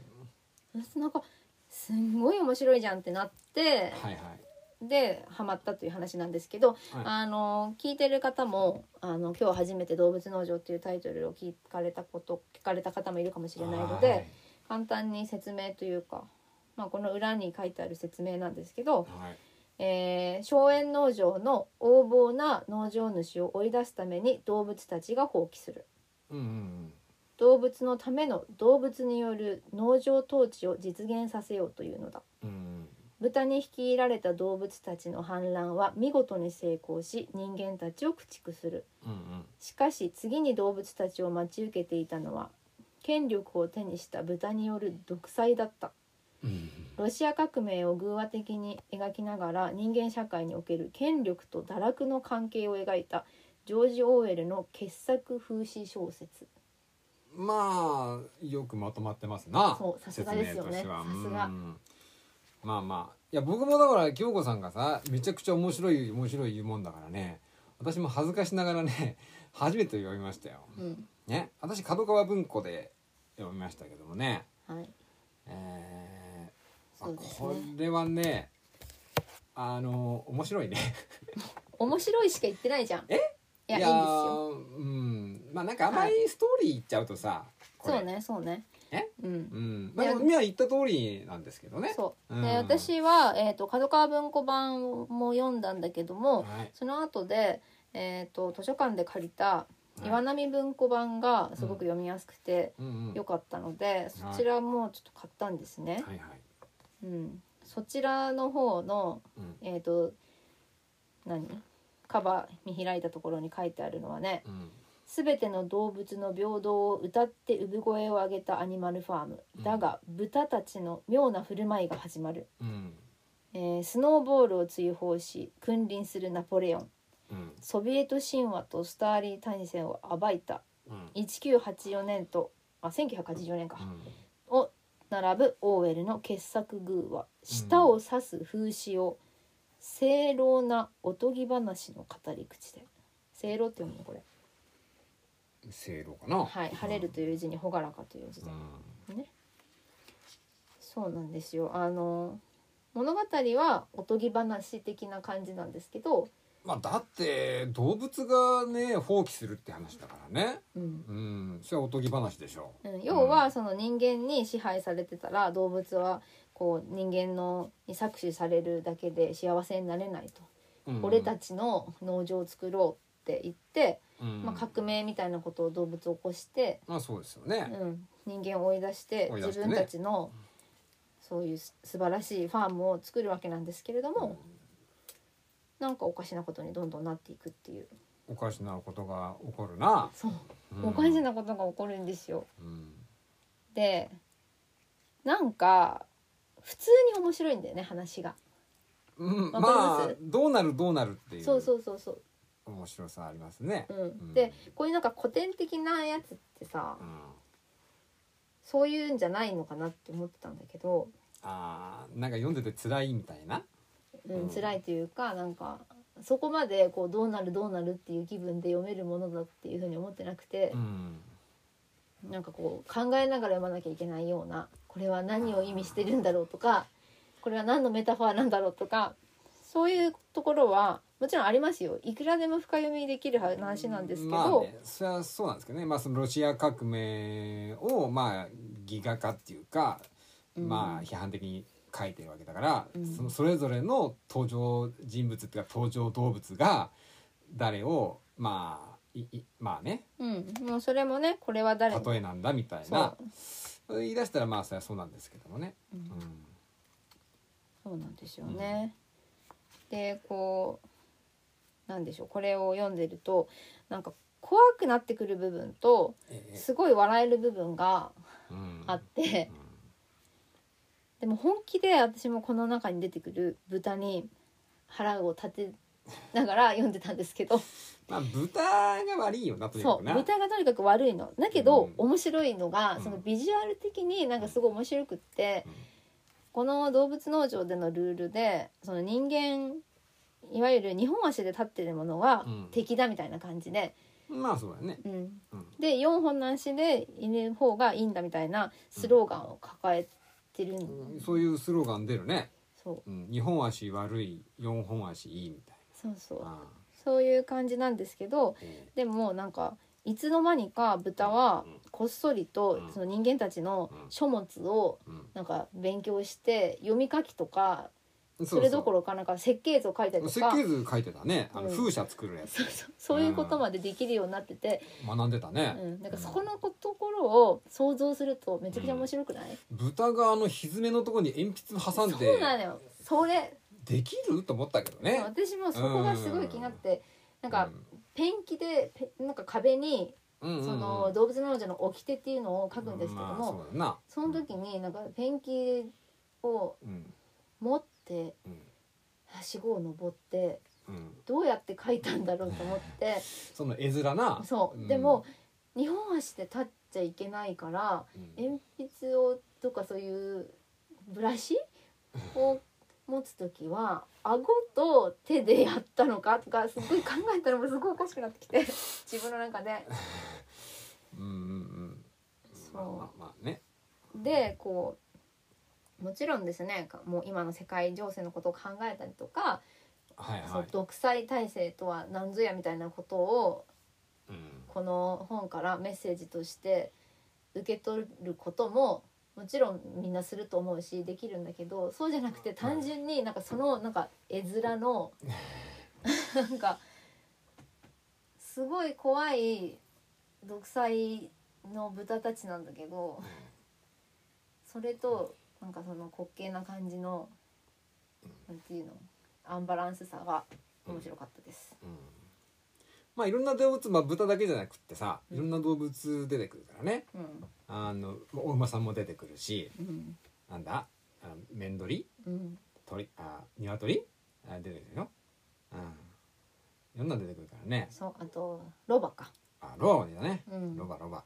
Speaker 4: そしてなんかすんごい面白いじゃんってなって
Speaker 3: はいはい
Speaker 4: でハマったという話なんですけど、あの聞いてる方もあの今日初めて「動物農場」っていうタイトルを聞かれたこと聞かれた方もいるかもしれないので。簡単に説明というか、まあ、この裏に書いてある説明なんですけど、
Speaker 3: はいはい
Speaker 4: えー、荘園農場の横暴な農場主を追い出すために動物たちが放棄する
Speaker 3: うんうん
Speaker 4: 動物のための動物による農場統治を実現させようというのだ
Speaker 3: うんうん
Speaker 4: 豚に率いられた動物たちの反乱は見事に成功し人間たちを駆逐する
Speaker 3: うんうん
Speaker 4: しかし次に動物たちを待ち受けていたのは権力を手にした豚による独裁だった
Speaker 3: うん
Speaker 4: ロシア革命を偶話的に描きながら人間社会における権力と堕落の関係を描いたジョージ・オーウェルの傑作風刺小説
Speaker 3: まあよくまとまってますな
Speaker 4: そうさすがですよね
Speaker 3: 説明としては
Speaker 4: さすが
Speaker 3: うんまあまあいや僕もだから京子さんがさめちゃくちゃ面白い面白い言うもんだからね私も恥ずかしながらね 初めて読みましたよ、
Speaker 4: うん
Speaker 3: ね私角川文庫で読みましたけどもね
Speaker 4: はい
Speaker 3: えー
Speaker 4: そうです
Speaker 3: あこ
Speaker 4: ね
Speaker 3: れはねあの面白いね
Speaker 4: 面白いしか言ってないじゃん
Speaker 3: え
Speaker 4: いやいいんです
Speaker 3: ー
Speaker 4: よ
Speaker 3: うんまあなんかあまりストーリー言っちゃうとさ、これ
Speaker 4: そうねそうね
Speaker 3: え
Speaker 4: うん
Speaker 3: うんまあ
Speaker 4: いや
Speaker 3: でも今言った通りなんですけどね
Speaker 4: そう、
Speaker 3: うん
Speaker 4: で私は、えー、と角川文庫版も読んだんだけども、
Speaker 3: はい
Speaker 4: その後で、えー、と図書館で借りた
Speaker 3: はい
Speaker 4: 岩波文庫版がすごく読みやすくて
Speaker 3: うんうん
Speaker 4: 良かったので、そちらもちょっと買ったんですね。
Speaker 3: はいはい
Speaker 4: うん、そちらの方の
Speaker 3: うん
Speaker 4: えっ、と何カバー見開いたところに書いてあるのはね
Speaker 3: うん
Speaker 4: 「すべての動物の平等を歌って産声を上げたアニマルファーム」
Speaker 3: うん
Speaker 4: だが豚たちの妙な振る舞いが始まる、
Speaker 3: うん
Speaker 4: えースノーボールを追放し君臨するナポレオン
Speaker 3: うん
Speaker 4: ソビエト神話とスターリー大戦を暴いた
Speaker 3: うん
Speaker 4: 1984年とあ1984年か、
Speaker 3: うん
Speaker 4: を並ぶオーウェルの傑作偶話「舌を刺す風刺を清老なおとぎ話の語り口で」「清老って読むのこれ
Speaker 3: せいろかな。
Speaker 4: はい、晴れるという字に朗らかという字
Speaker 3: う
Speaker 4: で
Speaker 3: ん。
Speaker 4: ね。そうなんですよ。あの物語はおとぎ話的な感じなんですけど、
Speaker 3: まあだって動物がね放棄するって話だからね。
Speaker 4: うん、
Speaker 3: うん。それはおとぎ話でしょ
Speaker 4: うん要はその人間に支配されてたら動物はこう人間のに搾取されるだけで幸せになれないと、
Speaker 3: う。うん
Speaker 4: 俺たちの農場を作ろうって言って、
Speaker 3: うん
Speaker 4: まあ、革命みたいなことを動物起こして、
Speaker 3: まあそうですよ
Speaker 4: う
Speaker 3: ね。
Speaker 4: ん、人間を追い出して
Speaker 3: 追い出して
Speaker 4: 自
Speaker 3: ね
Speaker 4: 分たちのそういうす素晴らしいファームを作るわけなんですけれども、なんかおかしなことにどんどんなっていくっていう
Speaker 3: おかしなことが起こるな。
Speaker 4: そう、
Speaker 3: うん
Speaker 4: おかし。なことが起こるんですよ。
Speaker 3: うん。
Speaker 4: でなんか普通に面白いんだよね話が、
Speaker 3: うん
Speaker 4: わか
Speaker 3: ま
Speaker 4: ります
Speaker 3: あどうなるどうなるっていう
Speaker 4: そうそうそうそう
Speaker 3: 面白さありますね
Speaker 4: う。ん、
Speaker 3: ん
Speaker 4: でこういうなんか古典的なやつってさ
Speaker 3: うん。
Speaker 4: そういうんじゃないのかなって思ってたんだけど、
Speaker 3: あーなんか読んでて辛いみたいな。
Speaker 4: うん
Speaker 3: うん
Speaker 4: 辛いというかなんかそこまでこうどうなるどうなるっていう気分で読めるものだっていうふうに思ってなくて
Speaker 3: う、ん。
Speaker 4: なんかこう考えながら読まなきゃいけないようなこれは何を意味してるんだろうとかこれは何のメタファーなんだろうとかそういうところはもちろんありますよいくらでも深読みできる話なんですけど、
Speaker 3: まあね、それはそうなんですけどね、まあ、そのロシア革命をまあギガ化っていうか、
Speaker 4: うん
Speaker 3: まあ批判的に書いてるわけだから、
Speaker 4: うん
Speaker 3: そのそれぞれの登場人物っていうか登場動物が誰をまあいいまあね
Speaker 4: うん、もうそれもねこれは誰
Speaker 3: 例えなんだみたい
Speaker 4: そう
Speaker 3: な言い出したらまあそれはそうなんですけどもね。
Speaker 4: うん
Speaker 3: うん
Speaker 4: そうなんですよね。でこうなんでしょうこれを読んでるとなんか怖くなってくる部分と
Speaker 3: え
Speaker 4: すごい笑える部分が
Speaker 3: えうん
Speaker 4: あって
Speaker 3: うん
Speaker 4: でも本気で私もこの中に出てくる豚に腹を立てながら 読んでたんですけど
Speaker 3: まあ豚が悪いよなとにか
Speaker 4: そう
Speaker 3: くな
Speaker 4: 豚がとにかく悪いのだけど、
Speaker 3: うん
Speaker 4: 面白いのが
Speaker 3: うん
Speaker 4: そのビジュアル的になんかすごい面白くって、
Speaker 3: うん
Speaker 4: この動物農場でのルールでその人間いわゆる2本足で立ってるものは
Speaker 3: うん
Speaker 4: 敵だみたいな感じで、
Speaker 3: まあそうだね。
Speaker 4: うん
Speaker 3: うん
Speaker 4: で4本の足でいる方がいいんだみたいなスローガンを抱えてるん、
Speaker 3: そういうスローガン出るね。
Speaker 4: そう
Speaker 3: うん、2本足悪い4本足いいみたい
Speaker 4: そうそう
Speaker 3: な、
Speaker 4: そういう感じなんですけど
Speaker 3: え
Speaker 4: でもなんかいつの間にか豚は
Speaker 3: うん
Speaker 4: こっそりと
Speaker 3: うん
Speaker 4: その人間たちの
Speaker 3: うん
Speaker 4: 書物を
Speaker 3: え
Speaker 4: なんか勉強して読み書きとか
Speaker 3: うん、
Speaker 4: それどころかなんか設計図を書いたり
Speaker 3: う
Speaker 4: と
Speaker 3: 設
Speaker 4: か
Speaker 3: 計図書いてたねあの
Speaker 4: うん
Speaker 3: 風車作るやつ
Speaker 4: そうそうそういうことまでできるようになってて、
Speaker 3: 学んでた
Speaker 4: う
Speaker 3: ね、
Speaker 4: ん、なんかそこのところを想像するとめちゃくちゃ面白くない、
Speaker 3: 豚があのひずめのところに鉛筆挟ん
Speaker 4: そうな
Speaker 3: で
Speaker 4: のよそれ
Speaker 3: できると思ったけどね
Speaker 4: 私もそこがすごい気になって、なんか
Speaker 3: う
Speaker 4: ペンキでペなんか壁に
Speaker 3: んうんうん
Speaker 4: その動物農場の掟っていうのを書くんですけど
Speaker 3: まあ
Speaker 4: も、
Speaker 3: そうだな
Speaker 4: その時になんかペンキを
Speaker 3: うん
Speaker 4: 持って
Speaker 3: うん
Speaker 4: はしごを登って
Speaker 3: うん
Speaker 4: どうやって書いたんだろうと思って
Speaker 3: その絵面な
Speaker 4: そうでも、日本足で立っちゃいけないから
Speaker 3: うん
Speaker 4: 鉛筆をとかそういうブラシを持つ時は顎と手でやったのかとかすごい考えたらもうすごいおかしくなってきて自分の中で。
Speaker 3: うんうんうん
Speaker 4: そ
Speaker 3: ま
Speaker 4: う
Speaker 3: あまあまあね
Speaker 4: でこうもちろんですねかもう今の世界情勢のことを考えたりとか、
Speaker 3: はい
Speaker 4: そ
Speaker 3: は
Speaker 4: の
Speaker 3: い
Speaker 4: 独裁体制とは何ぞやみたいなことを
Speaker 3: うん
Speaker 4: この本からメッセージとして受け取ることももちろんみんなすると思うしできるんだけどそうじゃなくて単純になんかそのなんか絵面の なんかすごい怖い独裁の豚たちなんだけどそれとなんかその滑稽な感じのなんていうのアンバランスさが面白かったです。
Speaker 3: うんまあいろんな動物、まあ、豚だけじゃなくってさいろんな動物出てくるからね
Speaker 4: うん
Speaker 3: あのお馬さんも出てくるし
Speaker 4: うん
Speaker 3: なんだあメンドリ
Speaker 4: うん
Speaker 3: 鳥あ鶏あ出てくるよ、うん、いろんなの出てくるからね
Speaker 4: そうあとロバか。
Speaker 3: あロバだね
Speaker 4: うん
Speaker 3: ロバロバ、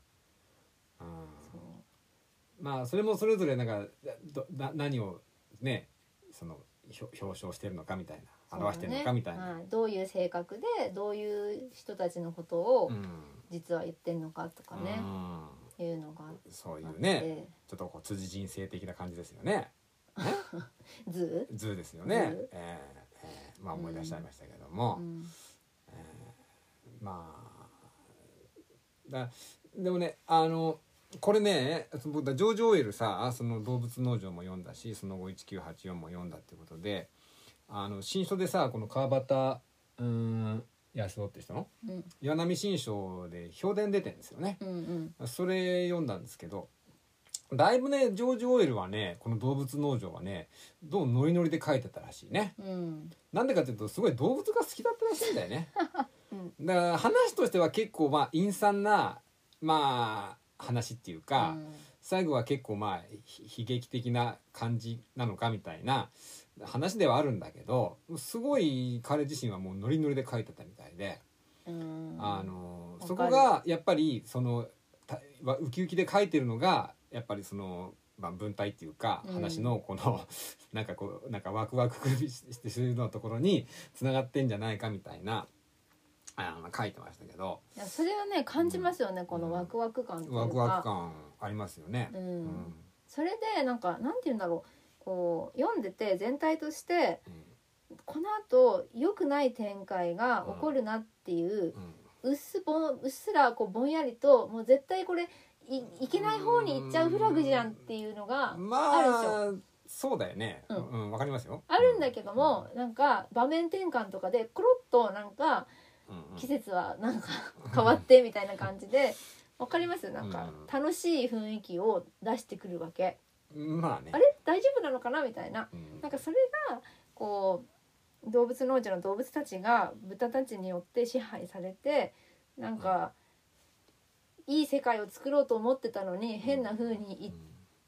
Speaker 3: うん、
Speaker 4: そう
Speaker 3: まあそれもそれぞれなんかどな何をねその表表彰してるのかみたいな表してるのかみたいな
Speaker 4: そうだねはいどういう性格でどういう人たちのことを
Speaker 3: うん
Speaker 4: 実は言ってんのかとかね、
Speaker 3: う
Speaker 4: いうのがあっ
Speaker 3: んそうい
Speaker 4: て
Speaker 3: うねちょっとこう辻人生的な感じですよね
Speaker 4: 図、
Speaker 3: 図ですよね
Speaker 4: 図、
Speaker 3: えーえーまあ
Speaker 4: うん
Speaker 3: 思い出しちゃいましたけども、
Speaker 4: うん
Speaker 3: まあだでもねあのこれねその僕だジョージ・オイルさその動物農場も読んだしその後1984も読んだってことであの新書でさこの川端うーん安夫って人の
Speaker 4: うん
Speaker 3: 岩波新書で評伝出てんですよね。
Speaker 4: うんうん
Speaker 3: それ読んだんですけどだいぶねジョージ・オイルはねこの動物農場はねどうノリノリで書いてたらしいね
Speaker 4: うん
Speaker 3: なんでかっていうとすごい動物が好きだったらしいんだよね
Speaker 4: うん
Speaker 3: だから話としては結構まあ陰惨なまあ話っていうか、最後は結構まあひ悲劇的な感じなのかみたいな話ではあるんだけどすごい彼自身はもうノリノリで書いてたみたいで、
Speaker 4: うん
Speaker 3: あの
Speaker 4: わかる
Speaker 3: そこがやっぱりそのたわウキウキで書いてるのがやっぱりその、まあ、文体っていうか
Speaker 4: うん
Speaker 3: 話のこの、 なんかこうなんかワクワクしてするのところにつながってんじゃないかみたいなあの書いてましたけど
Speaker 4: いやそれはね感じますよね、このワクワク感というか
Speaker 3: ワクワク感ありますよね。
Speaker 4: う
Speaker 3: うんん
Speaker 4: それでなんかなんて言うんだろうこう読んでて全体として
Speaker 3: うん
Speaker 4: このあと良くない展開が起こるなっていう、
Speaker 3: うん
Speaker 4: うっすぼんうっすらこうぼんやりともう絶対これいいけない方に行っちゃうフラグじゃんっていうのが
Speaker 3: ま
Speaker 4: あ
Speaker 3: あそうだよね。う
Speaker 4: うん
Speaker 3: ん、わ、かりますよ。
Speaker 4: あるんだけども、なんか場面転換とかでコロッとなんか
Speaker 3: うん、うん
Speaker 4: 季節はなんか変わってみたいな感じでわかりますなんか
Speaker 3: うん
Speaker 4: 楽しい雰囲気を出してくるわけ
Speaker 3: うんまあね。
Speaker 4: あれ大丈夫なのかなみたいな
Speaker 3: うん
Speaker 4: なんかそれがこう動物農場の動物たちが豚たちによって支配されてなんか、いい世界を作ろうと思ってたのに変な風に言っ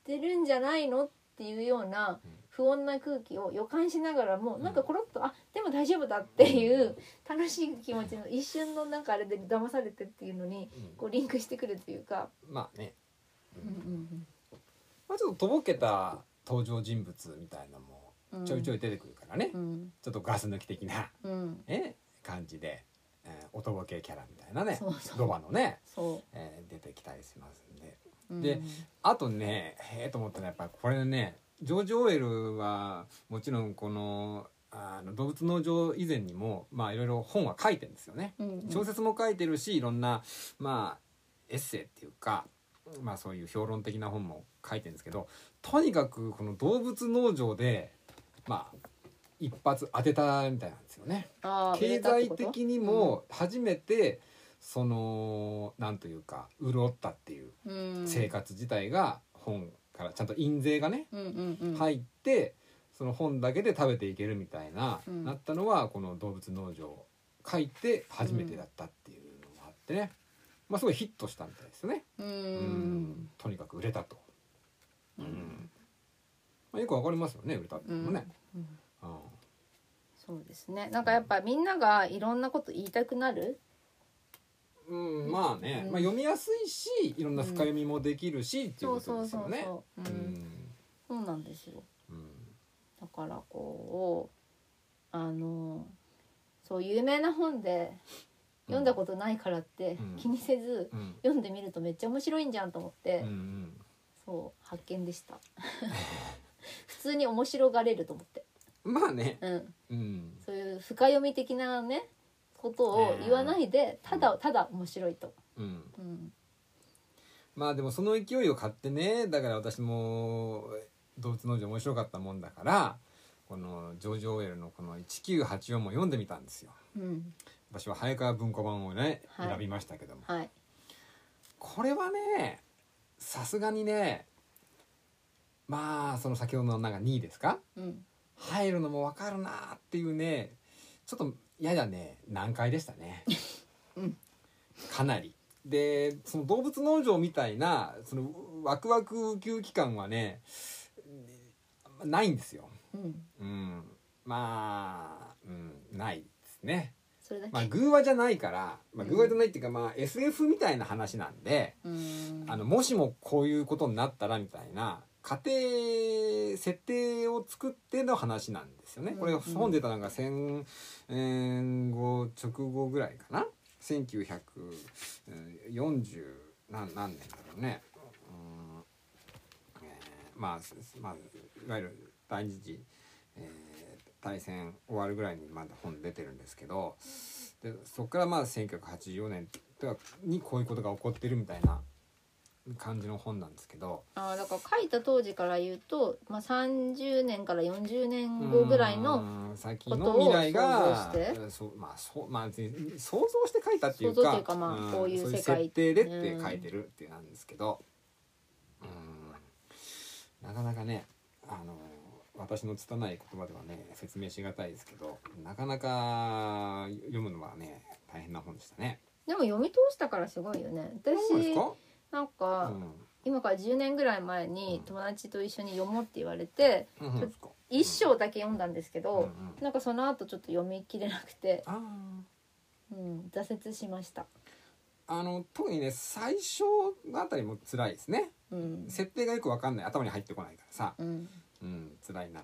Speaker 4: てるんじゃないのっていうような
Speaker 3: うん
Speaker 4: 不穏な空気を予感しながらも
Speaker 3: うん
Speaker 4: なんかコロッと「あでも大丈夫だ」っていう楽しい気持ちの一瞬のなんかあれで騙されてっていうのに
Speaker 3: うん
Speaker 4: こうリンクしてくるっていうか。
Speaker 3: まあね。まあちょっととぼけた登場人物みたいなのもちょいちょい出てくるからね。
Speaker 4: うん
Speaker 3: ちょっとガス抜き的な
Speaker 4: うん
Speaker 3: え感じで、えー、おとぼけキャラみたいなね
Speaker 4: そうそう
Speaker 3: ロバのね、
Speaker 4: そ
Speaker 3: えー出てきたりしますんで。
Speaker 4: う
Speaker 3: であとねへえと思ったのはやっぱこれねジョージ・オーエルはもちろんこのあの動物農場以前にもまあいろいろ本は書いてるんですよね。小説も書いてるしいろんなまあエッセイっていうか、まあ、そういう評論的な本も書いてるんですけどとにかくこの動物農場でまあ一発当てたみたいなんですよね。経済的にも初めてそのなんというか潤ったっていう生活自体が本からちゃんと印税がね
Speaker 4: うんうんうん、い、
Speaker 3: 入ってその本だけで食べていけるみたいな
Speaker 4: うん
Speaker 3: なったのはこの動物農場を書いて初めてだったっていうのもあってねまあすごいヒットしたみたいですよね
Speaker 4: う
Speaker 3: うん
Speaker 4: ん
Speaker 3: とにかく売れたとう
Speaker 4: う
Speaker 3: んんまあよくわかりますよね売れたっていうのもね
Speaker 4: うん
Speaker 3: うん
Speaker 4: そうですねなんかやっぱみんながいろんなこと言いたくなる、
Speaker 3: うんまあね
Speaker 4: うん
Speaker 3: まあ読みやすいしいろんな深読みもできるしっていう
Speaker 4: そう
Speaker 3: こと
Speaker 4: そう
Speaker 3: です
Speaker 4: そう
Speaker 3: よね
Speaker 4: そう、うん
Speaker 3: うん
Speaker 4: そうなんですよ
Speaker 3: うん
Speaker 4: だからこうあのそう有名な本で読んだことないからって
Speaker 3: うん
Speaker 4: 気にせず、
Speaker 3: うん
Speaker 4: 読んでみるとめっちゃ面白いんじゃんと思って、
Speaker 3: うんうん
Speaker 4: そう発見でした 普通に面白がれると思って、
Speaker 3: まあね
Speaker 4: うん、
Speaker 3: うん
Speaker 4: そういう深読み的なねことを言わないで、
Speaker 3: ー
Speaker 4: ただただ面白いと、
Speaker 3: うん
Speaker 4: うん
Speaker 3: まあでもその勢いを買ってねだから私も動物農場面白かったもんだからこのジョージ・オーエルのこの1984も読んでみたんですよ
Speaker 4: うん、
Speaker 3: 私は早川文庫版をね、
Speaker 4: はい
Speaker 3: 選びましたけども
Speaker 4: はい
Speaker 3: これはねさすがにねまあその先ほどのなんか2位ですか
Speaker 4: うん
Speaker 3: 入るのも分かるなーっていうねちょっとややね難解でしたね、
Speaker 4: うん
Speaker 3: かなりでその動物農場みたいなそのワクワクウキウキ感はねないんですよ、
Speaker 4: うん
Speaker 3: うん、まあ、うん、ないですね、
Speaker 4: それだけ、
Speaker 3: まあ、偶話じゃないから、まあ、偶話じゃないっていうか、まあ、SF みたいな話なんで
Speaker 4: うん
Speaker 3: あのもしもこういうことになったらみたいな家庭設定を作っての話なんですよね。これ
Speaker 4: うんうん
Speaker 3: 本出たのが戦えー戦後直後ぐらいかな1940何何年だろうね、うんえーまあすまあいわゆる第二次、えー大戦終わるぐらいにまだ本出てるんですけどでそこからまあ1984年とかにこういうことが起こってるみたいな感じの本なんですけど
Speaker 4: あーだから書いた当時から言うと、まあ、30年から40年後ぐらいの
Speaker 3: うん先の未来が
Speaker 4: ことを想像して
Speaker 3: うんそうまあそうまあ別に想像して書いたっていうか
Speaker 4: 想像というかまあ
Speaker 3: ん
Speaker 4: こういう世界
Speaker 3: そういう設定でって書いてるってなんですけど、うんなかなかねあの私の拙い言葉ではね説明しがたいですけどなかなか読むのはね大変な本でしたね。
Speaker 4: でも読み通したからすごいよね
Speaker 3: そうです
Speaker 4: 私
Speaker 3: か、
Speaker 4: なん
Speaker 3: う
Speaker 4: か、
Speaker 3: ん
Speaker 4: 今から10年ぐらい前に
Speaker 3: うん
Speaker 4: 友達と一緒に読もうって言われて
Speaker 3: うんそうですか
Speaker 4: 一章だけ読んだんですけ
Speaker 3: うんう
Speaker 4: ど、
Speaker 3: ん
Speaker 4: なんかその後ちょっと読み切れなくて、
Speaker 3: あー
Speaker 4: うん、挫折しました、
Speaker 3: あの特にね最初のあたりも辛いですね
Speaker 4: うん
Speaker 3: 設定がよくわかんない頭に入ってこないからさ
Speaker 4: うん、
Speaker 3: うん辛いな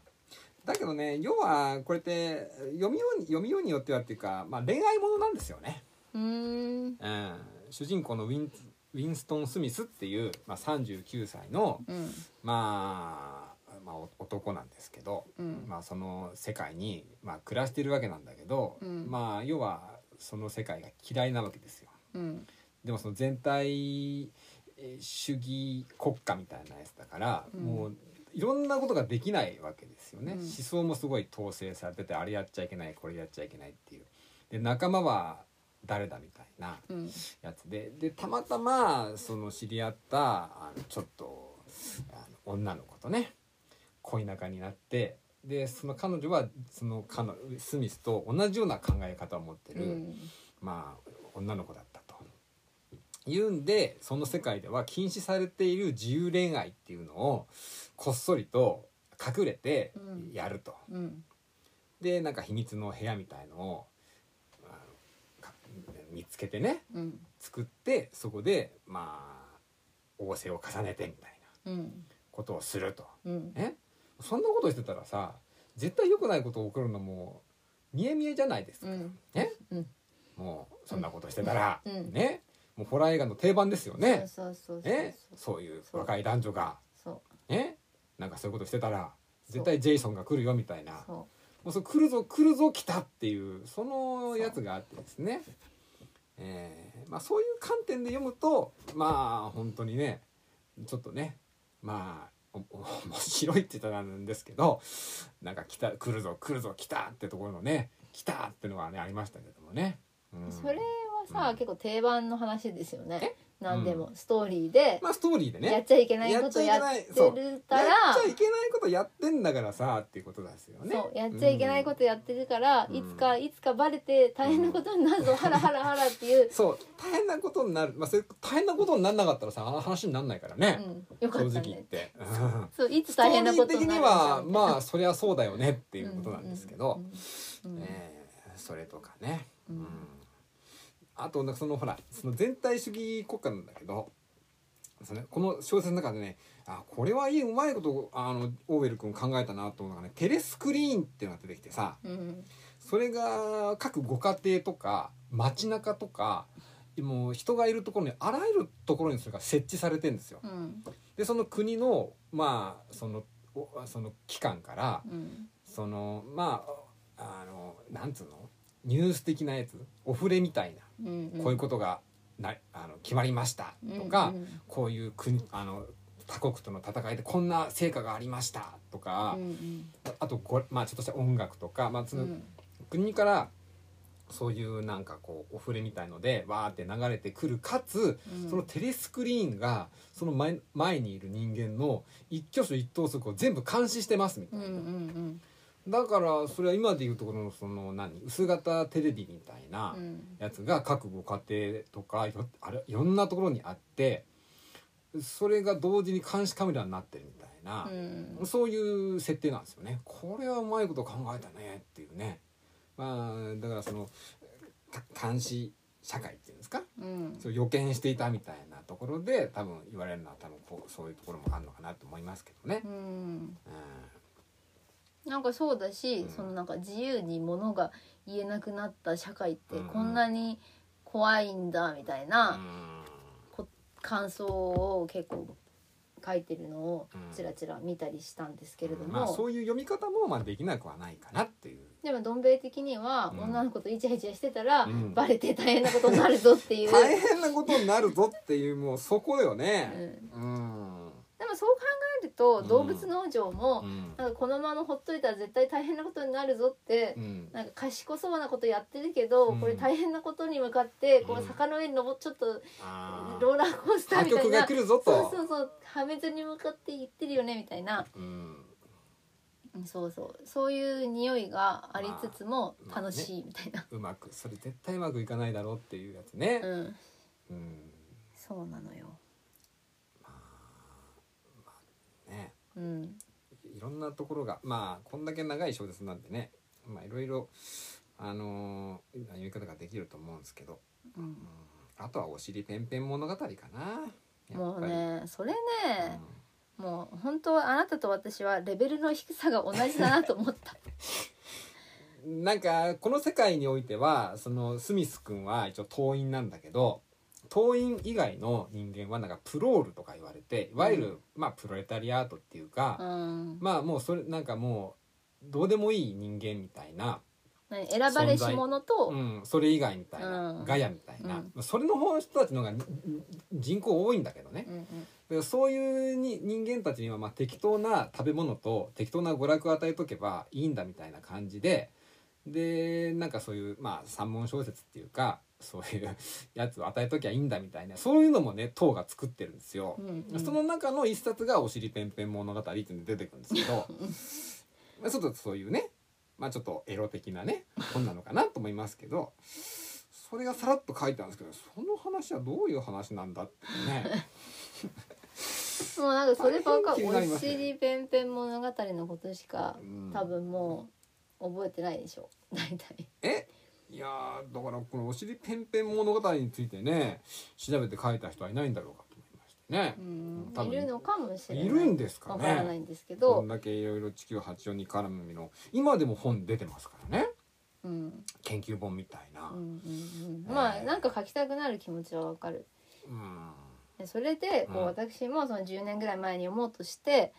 Speaker 3: だけどね要はこれって読みように読みようによってはっていうか、まあ、恋愛ものなんですよね、
Speaker 4: うーん
Speaker 3: うん、主人公のウィンウィンストン・スミスっていう、まあ、39歳の、
Speaker 4: うん
Speaker 3: まあ、まあお男なんですけど、
Speaker 4: うん
Speaker 3: まあ、その世界に、まあ、暮らしてるわけなんだけど、
Speaker 4: うん
Speaker 3: まあ要はその世界が嫌いなわけですよ。
Speaker 4: うん
Speaker 3: でもその全体えー主義国家みたいなやつだから、
Speaker 4: うん
Speaker 3: もういろんなことができないわけですよね、
Speaker 4: うん
Speaker 3: 思想もすごい統制されててあれやっちゃいけないこれやっちゃいけないっていうで仲間は誰だみたいな
Speaker 4: うん
Speaker 3: やつででたまたまその知り合ったあのちょっとあの女の子とね恋仲になってでその彼女はその彼女スミスと同じような考え方を持って
Speaker 4: う
Speaker 3: る、
Speaker 4: ん
Speaker 3: まあ女の子だったと。言うんでその世界では禁止されている自由恋愛っていうのをこっそりと隠れて
Speaker 4: うん
Speaker 3: やると。
Speaker 4: うん
Speaker 3: でなんか秘密の部屋みたいのをあのか見つけてね
Speaker 4: うん
Speaker 3: 作ってそこでまあ仰せを重ねてみたいな
Speaker 4: うん
Speaker 3: ことをすると。
Speaker 4: うん
Speaker 3: ねそんなことしてたらさ絶対良くないこと起こるのも見え見えじゃないですか。
Speaker 4: うん
Speaker 3: ね、
Speaker 4: うん
Speaker 3: もうそんなことしてたら、
Speaker 4: うん
Speaker 3: ねもうホラー映画の定番ですよね。
Speaker 4: そうそうそうそう
Speaker 3: ねそういう若い男女が
Speaker 4: そう
Speaker 3: ねなんかそういうことしてたら絶対ジェイソンが来るよみたいな
Speaker 4: そ
Speaker 3: もうそう来るぞ来るぞ来たっていうそのやつがあってですね、えーまあ、そういう観点で読むとまあ本当にねちょっとねまあおお面白いって言ったらなんですけどなんか来た来るぞ来るぞ来たってところのね来たってのはねありましたけどもね。うん
Speaker 4: うそれはさ、
Speaker 3: うん
Speaker 4: 結構定番の話ですよね何でも、
Speaker 3: う
Speaker 4: ストーリーで、
Speaker 3: まあストーリーでね
Speaker 4: やっちゃいけないことやっ
Speaker 3: やっちゃいけないそう
Speaker 4: てる
Speaker 3: や
Speaker 4: か
Speaker 3: っ
Speaker 4: ら
Speaker 3: ちゃいけないことやってんだからさっていうことですよね。
Speaker 4: そうやっちゃいけないことやってるから、
Speaker 3: うん
Speaker 4: いつかいつかバレて大変なことにな るぞ、ハラハラハラっていう、
Speaker 3: そう大変なことになる、まあ、それ大変なことにならなかったらさあの話にならないからね、
Speaker 4: うん、よか
Speaker 3: 正
Speaker 4: っ
Speaker 3: 直
Speaker 4: た
Speaker 3: 言っ
Speaker 4: ね
Speaker 3: て。うん
Speaker 4: そういつ
Speaker 3: スト
Speaker 4: 大
Speaker 3: ー
Speaker 4: 変
Speaker 3: リ
Speaker 4: なこ
Speaker 3: ー
Speaker 4: と
Speaker 3: 的
Speaker 4: にな
Speaker 3: に
Speaker 4: るんだ
Speaker 3: は
Speaker 4: ろう
Speaker 3: まあそりゃそうだよねって
Speaker 4: て
Speaker 3: いうことなんですけど、
Speaker 4: うんうん
Speaker 3: えーそれとかね、
Speaker 4: うん
Speaker 3: うんあとなんかそのほらその全体主義国家なんだけどそのこの小説の中でねあこれはいいうまいことあのオーウェル君考えたなと思うのがねテレスクリーンっていうのが出てきてさ
Speaker 4: うん
Speaker 3: それが各ご家庭とか街中とかもう人がいるところにあらゆるところにそれが設置されてんですよ。
Speaker 4: うん
Speaker 3: でその国のまあそのおその機関から
Speaker 4: うん
Speaker 3: そのまああのなんつうのニュース的なやつお触れみたいな
Speaker 4: うん
Speaker 3: こういうことがなあの決まりましたとか、
Speaker 4: うん
Speaker 3: こういう国あの他国との戦いでこんな成果がありましたとか、
Speaker 4: うん
Speaker 3: あとこれまあちょっとした音楽とか、まあ、そ
Speaker 4: うんう
Speaker 3: の
Speaker 4: ん
Speaker 3: 国からそういうなんかこうお触れみたいのでわーって流れてくるかつ
Speaker 4: うん
Speaker 3: そのテレスクリーンがその前前にいる人間の一挙手一投足を全部監視してますみた
Speaker 4: う
Speaker 3: い
Speaker 4: ん
Speaker 3: な、
Speaker 4: うん
Speaker 3: だからそれは今でいうところのその何薄型テレビみたいな
Speaker 4: うん
Speaker 3: やつが各ご家庭とかいろあれいろんなところにあってそれが同時に監視カメラになってるみたいな。
Speaker 4: うん
Speaker 3: そういう設定なんですよね。これはうまいこと考えたねっていうね。まあだからそのか監視社会っていうんですか。
Speaker 4: うん
Speaker 3: そう予見していたみたいなところで多分言われるのは多分こうそういうところもあるのかなと思いますけどね
Speaker 4: う。ん
Speaker 3: うん
Speaker 4: なんかそうだし、
Speaker 3: うん
Speaker 4: そのなんか自由にものが言えなくなった社会って
Speaker 3: うんうん
Speaker 4: こんなに
Speaker 1: 怖いんだみたいうなん感想を結構書いてるのを
Speaker 3: うん
Speaker 1: ちらちら見たりしたんですけれども、
Speaker 3: まあそういう読み方もまあできなくはないかなっていう
Speaker 1: でもどん兵衛的には
Speaker 3: うん
Speaker 1: 女の子とイチャイチャしてたら、
Speaker 3: うん
Speaker 1: バレて大変なことになるぞっていう、
Speaker 3: 大変なことになるぞっていうもうそこだよ
Speaker 1: うん、
Speaker 3: ね。
Speaker 1: で
Speaker 3: うん。
Speaker 1: もそう考えると
Speaker 3: うん
Speaker 1: 動物農場も、
Speaker 3: うん
Speaker 1: なんかこのままほっといたら絶対大変なことになるぞって、
Speaker 3: うん。
Speaker 1: なんか賢そうなことやってるけど、
Speaker 3: うん
Speaker 1: これ大変なことに向かってこ
Speaker 3: う
Speaker 1: うん坂の上に登っちょっと
Speaker 3: あー
Speaker 1: ローラーコースター
Speaker 3: 破
Speaker 1: みたい
Speaker 3: 局
Speaker 1: な
Speaker 3: が来るぞ
Speaker 1: そう
Speaker 3: と。
Speaker 1: そうそう破滅に向かっていってるよねみたいな
Speaker 3: うん。
Speaker 1: うんそうそうそういう匂いがありつつも
Speaker 3: まあ
Speaker 1: 楽しいみた いな、
Speaker 3: うまくそれ絶対うまくいかないだろうっていうやつね。
Speaker 1: うん
Speaker 3: うん。
Speaker 1: そうなのよ
Speaker 3: ね。
Speaker 1: うん
Speaker 3: いろんなところがまあこんだけ長い小説なんでね。まあいろいろあのー読み方ができると思うんですけど。
Speaker 1: う
Speaker 3: うん
Speaker 1: ん、
Speaker 3: あとはお尻ペンペン物語かな。や
Speaker 1: も
Speaker 3: っ
Speaker 1: う
Speaker 3: ぱり。
Speaker 1: ねそれね、
Speaker 3: うん
Speaker 1: もう本当あなたと私はレベルの低さが同じだなと思った
Speaker 3: なんかこの世界においてはそのスミス君は一応党員なんだけど党員以外の人間はなんかプロールとか言われていわゆる、まあプロレタリアートっていう
Speaker 1: う
Speaker 3: か、
Speaker 1: ん
Speaker 3: まあもうそれなんかもうどうでもいい人間みたいな、
Speaker 1: 何選ばれし者と、
Speaker 3: うん、それ以外みたいな、
Speaker 1: うん
Speaker 3: ガヤみたいな
Speaker 1: う、
Speaker 3: それの方の人たちの方がに人口多いんだけどね
Speaker 1: う、んうん
Speaker 3: だからそういうに人間たちにはまあ適当な食べ物と適当な娯楽を与えとけばいいんだみたいな感じででなんかそういうまあ三文小説っていうかそういうやつを与えときゃいいんだみたいなそういうのもね党が作ってるんですよ。
Speaker 1: うんうん
Speaker 3: その中の一冊が「おしりぺんぺん物語」っていうのが出てくるんですけ どまあちょっとそういうねまあちょっとエロ的なね本なのかなと思いますけどそれがさらっと書いてあるんですけどその話はどういう話なんだってね。
Speaker 1: もうなんかそればっか
Speaker 3: 大変気になり
Speaker 1: お
Speaker 3: ますね
Speaker 1: 尻ペンペン物語のことしか
Speaker 3: うん
Speaker 1: 多分もう覚えてないでしょ 大体
Speaker 3: えいやーだからこの「お尻ペンペン物語」についてね調べて書いた人はいないんだろうかと思いましてね
Speaker 1: う、
Speaker 3: うん
Speaker 1: ん
Speaker 3: 多分
Speaker 1: いるのかもしれない
Speaker 3: いるんですか
Speaker 1: わ
Speaker 3: ね
Speaker 1: からないんですけ
Speaker 3: こ
Speaker 1: ど
Speaker 3: んだけいろいろ地球八4に絡みの今でも本出てますからね
Speaker 1: うん
Speaker 3: 研究本みたいな
Speaker 1: うんう
Speaker 3: うん
Speaker 1: ん
Speaker 3: ね
Speaker 1: うんまあなんか書きたくなる気持ちはわかる
Speaker 3: うん
Speaker 1: でそれでこう
Speaker 3: う
Speaker 1: ん私もその10年ぐらい前に読もうとして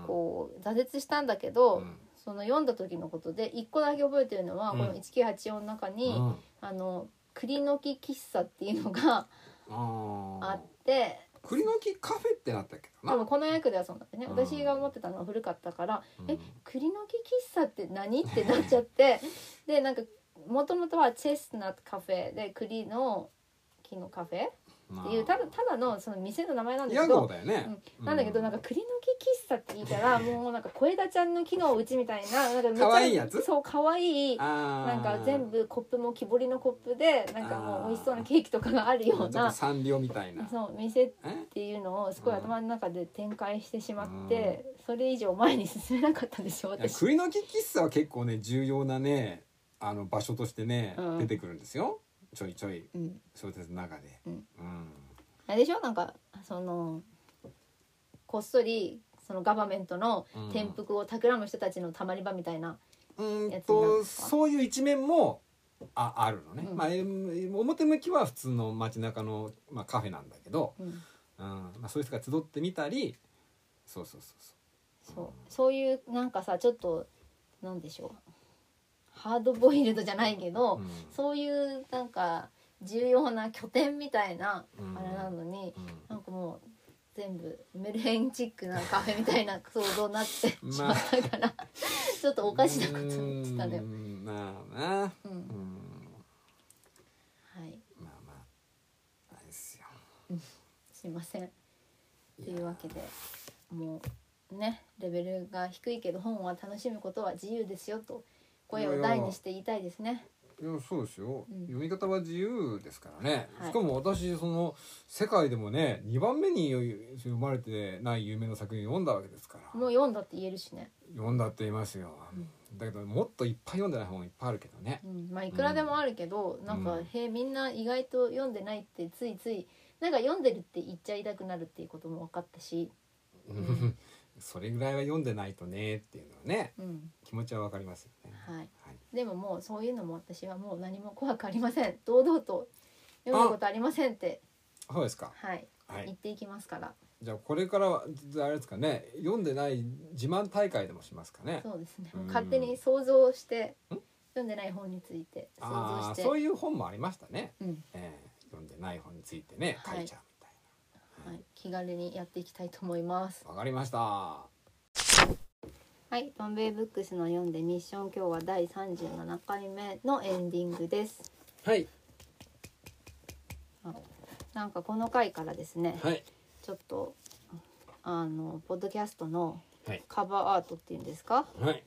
Speaker 3: うん
Speaker 1: こう挫折したんだけど、
Speaker 3: うん
Speaker 1: その読んだ時のことで一個だけ覚えてるのは、
Speaker 3: うん
Speaker 1: この1984の中に、
Speaker 3: うん
Speaker 1: あの栗の木喫茶っていうのがあ
Speaker 3: あー
Speaker 1: って
Speaker 3: 栗の木カフェってなったっけど
Speaker 1: 多
Speaker 3: な、
Speaker 1: 分この役ではそうなんだね、
Speaker 3: うん
Speaker 1: 私が思ってたのは古かったから
Speaker 3: う
Speaker 1: 「
Speaker 3: ん
Speaker 1: え栗の木喫茶って何?」ってなっちゃって でなんかもともとはチェスナットカフェで栗の木のカフェっていうただただのその店の名前なんだ
Speaker 3: 屋
Speaker 1: けど
Speaker 3: 号だよね、
Speaker 1: うんなんだけどなんか栗の木喫茶って聞いたらもうなんか小枝ちゃんの木のうちみたいななんかめちゃ
Speaker 3: 可愛いやつ
Speaker 1: そう可愛いな
Speaker 3: なん
Speaker 1: か全部コップも木彫りのコップでなんかもう美味しそうなケーキとかがあるよう
Speaker 3: ちょっと
Speaker 1: な
Speaker 3: サンリオみたいな
Speaker 1: そう店っ
Speaker 3: え
Speaker 1: ていうのをすごい頭の中で展開してしまってそれ以上前に進めなかったんですよ
Speaker 3: いや
Speaker 1: 私。
Speaker 3: 栗の木喫茶は結構ね重要なねあの場所としてね、
Speaker 1: うん
Speaker 3: 出てくるんですよちょいちょい
Speaker 1: うん、
Speaker 3: 小説の中で、
Speaker 1: うんあれでしょなんかそのこっそりそのガバメントの
Speaker 3: うん
Speaker 1: 転覆を企む人たちのたまり場みたいな
Speaker 3: うんうーん
Speaker 1: やつなん
Speaker 3: と
Speaker 1: ですか
Speaker 3: そういう一面もああるのね、
Speaker 1: うん
Speaker 3: まあえー表向きは普通の街中のまあ、カフェなんだけど、
Speaker 1: うん
Speaker 3: うんまあ、そういう人が集ってみたりそうそうそうそう
Speaker 1: そうそういうなんかさちょっとなんでしょうハードボイルドじゃないけど、
Speaker 3: うん
Speaker 1: そういうなんか重要な拠点みたいな
Speaker 3: うん
Speaker 1: あれなのに、
Speaker 3: う
Speaker 1: なんかもう全部メルヘンチックなカフェみたいな想像になって
Speaker 3: ん
Speaker 1: し
Speaker 3: ま
Speaker 1: まっ
Speaker 3: あ
Speaker 1: たから、ちょっとおかしなことになってたのよ
Speaker 3: う。んまあな
Speaker 1: う
Speaker 3: うんん
Speaker 1: はい、
Speaker 3: まあまああれですよ
Speaker 1: すいませんというわけでもうねレベルが低いけど本は楽しむことは自由ですよと声を大にして言いたいですね。
Speaker 3: いやそうですよ、
Speaker 1: うん
Speaker 3: 読み方は自由ですからね、
Speaker 1: はい
Speaker 3: しかも私その世界でもね2番目に読まれてない有名な作品を読んだわけですから
Speaker 1: もう読んだって言えるしね、
Speaker 3: 読んだって言いますよ、だけどもっといっぱい読んでない本いっぱいあるけどね
Speaker 1: うん、まあいくらでもあるけど、なんか
Speaker 3: うん
Speaker 1: へえみんな意外と読んでないってついついなんか読んでるって言っちゃいたくなるっていうことも分かったし、うん
Speaker 3: それぐらいは読んでないとねっていうのはね
Speaker 1: うん、
Speaker 3: 気持ちはわかりますよね
Speaker 1: はい
Speaker 3: はい
Speaker 1: でももうそういうのも私はもう何も怖くありません堂々と読むことありませんって
Speaker 3: そうですか。
Speaker 1: はい、
Speaker 3: はい
Speaker 1: 言っていきますから
Speaker 3: じゃあこれからはあれですかね読んでない自慢大会でもしますかね
Speaker 1: そうですね、
Speaker 3: うん
Speaker 1: 勝手に想像して
Speaker 3: ん
Speaker 1: 読んでない本について想
Speaker 3: あ
Speaker 1: 像
Speaker 3: あ
Speaker 1: して
Speaker 3: そういう本もありましたね、
Speaker 1: うん
Speaker 3: えー読んでない本についてね書
Speaker 1: はい
Speaker 3: いちゃうみたい
Speaker 1: はい、気軽にやっていきたいと思います
Speaker 3: なわ、かりました
Speaker 1: はいバンベイブックスの読んでミッション今日は第37回目のエンディングです
Speaker 3: はい
Speaker 1: なんかこの回からですね
Speaker 3: はい
Speaker 1: ちょっとあのポッドキャストの
Speaker 3: はい
Speaker 1: カバーアートっていうんですか
Speaker 3: はい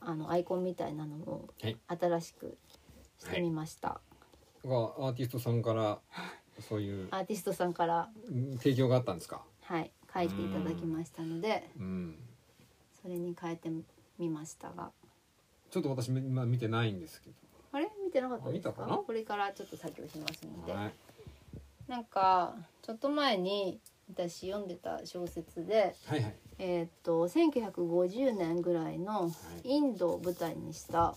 Speaker 1: あのアイコンみたいなのも
Speaker 3: はい
Speaker 1: 新しくしてみました、
Speaker 3: がアーティストさんからそういう
Speaker 1: アーティストさんから
Speaker 3: うん提供があったんですか
Speaker 1: はい書いていただきましたので
Speaker 3: うん
Speaker 1: それに変えてみましたが
Speaker 3: ちょっと私今見てないんですけ
Speaker 1: あれ見てなかったですか
Speaker 3: あ見たかな
Speaker 1: これからちょっと作業しますの
Speaker 3: ど
Speaker 1: で、
Speaker 3: はい
Speaker 1: なんかちょっと前に私読んでた小説で、
Speaker 3: はいはい
Speaker 1: えーっと1950年ぐらいの
Speaker 3: い
Speaker 1: インドを舞台にした、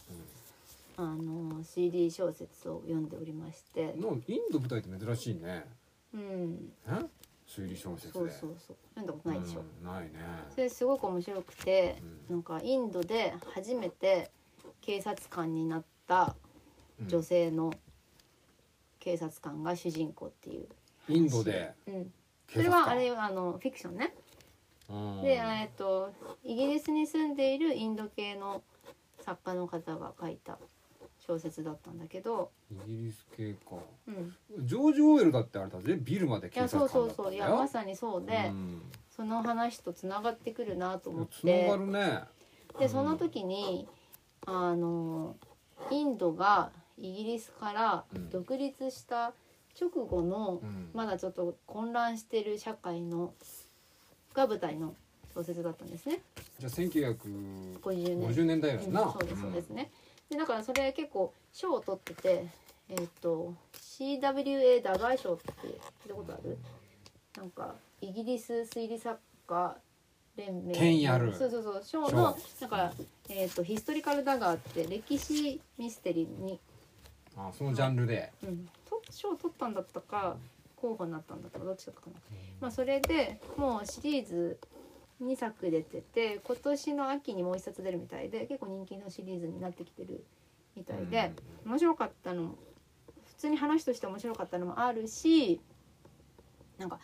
Speaker 3: う
Speaker 1: あの CD 小説を読んでおりまして
Speaker 3: ん、、のインド舞台って珍しいね
Speaker 1: うん、
Speaker 3: え推理小説で
Speaker 1: そうそうそう読んだことないでしょ、
Speaker 3: うんないね
Speaker 1: それすごく面白くて、
Speaker 3: うん
Speaker 1: なんかインドで初めて警察官になった女性の警察官が主人公っていう、
Speaker 3: うんインドで
Speaker 1: うん、そ
Speaker 3: 警
Speaker 1: れ
Speaker 3: 察
Speaker 1: は
Speaker 3: 官
Speaker 1: あれあのフィクションね
Speaker 3: うん
Speaker 1: で、えっとイギリスに住んでいるインド系の作家の方が書いた小説だったんだけど、
Speaker 3: イギリス系か
Speaker 1: うん、
Speaker 3: ジョージ・オーエルだってあれだぜビルまで
Speaker 1: い
Speaker 3: 警
Speaker 1: やそ
Speaker 3: 察
Speaker 1: うそ
Speaker 3: 官
Speaker 1: う
Speaker 3: だ
Speaker 1: そうい
Speaker 3: ったんだよ
Speaker 1: やまさにそうで、
Speaker 3: うん
Speaker 1: その話とつながってくるなと思っ
Speaker 3: つな
Speaker 1: て
Speaker 3: がるね
Speaker 1: でその時にあのインドがイギリスから
Speaker 3: うん
Speaker 1: 独立した直後の、
Speaker 3: うん
Speaker 1: まだちょっと混乱してる社会のが舞台の小説だったんですね
Speaker 3: じゃあ1950
Speaker 1: 50年
Speaker 3: 年代
Speaker 1: う
Speaker 3: やん
Speaker 1: ん
Speaker 3: な
Speaker 1: そうですそうですね、でだからそれ結構賞を取っててえっ、と CWA ダガイ賞って聞いたことあるなんかイギリス推理作家連盟
Speaker 3: 権威ある
Speaker 1: そうそうそう賞の
Speaker 3: 賞
Speaker 1: だから、えっとヒストリカルダガーって歴史ミステリーに、
Speaker 3: うんあそのジャンルで
Speaker 1: うん、と賞を取ったんだったか候補になったんだったかどっちだったかな、まあ、それでもうシリーズ2作出てて今年の秋にもう1冊出るみたいで結構人気のシリーズになってきてるみたいで、面白かったのも普通に話として面白かったのもあるしなんか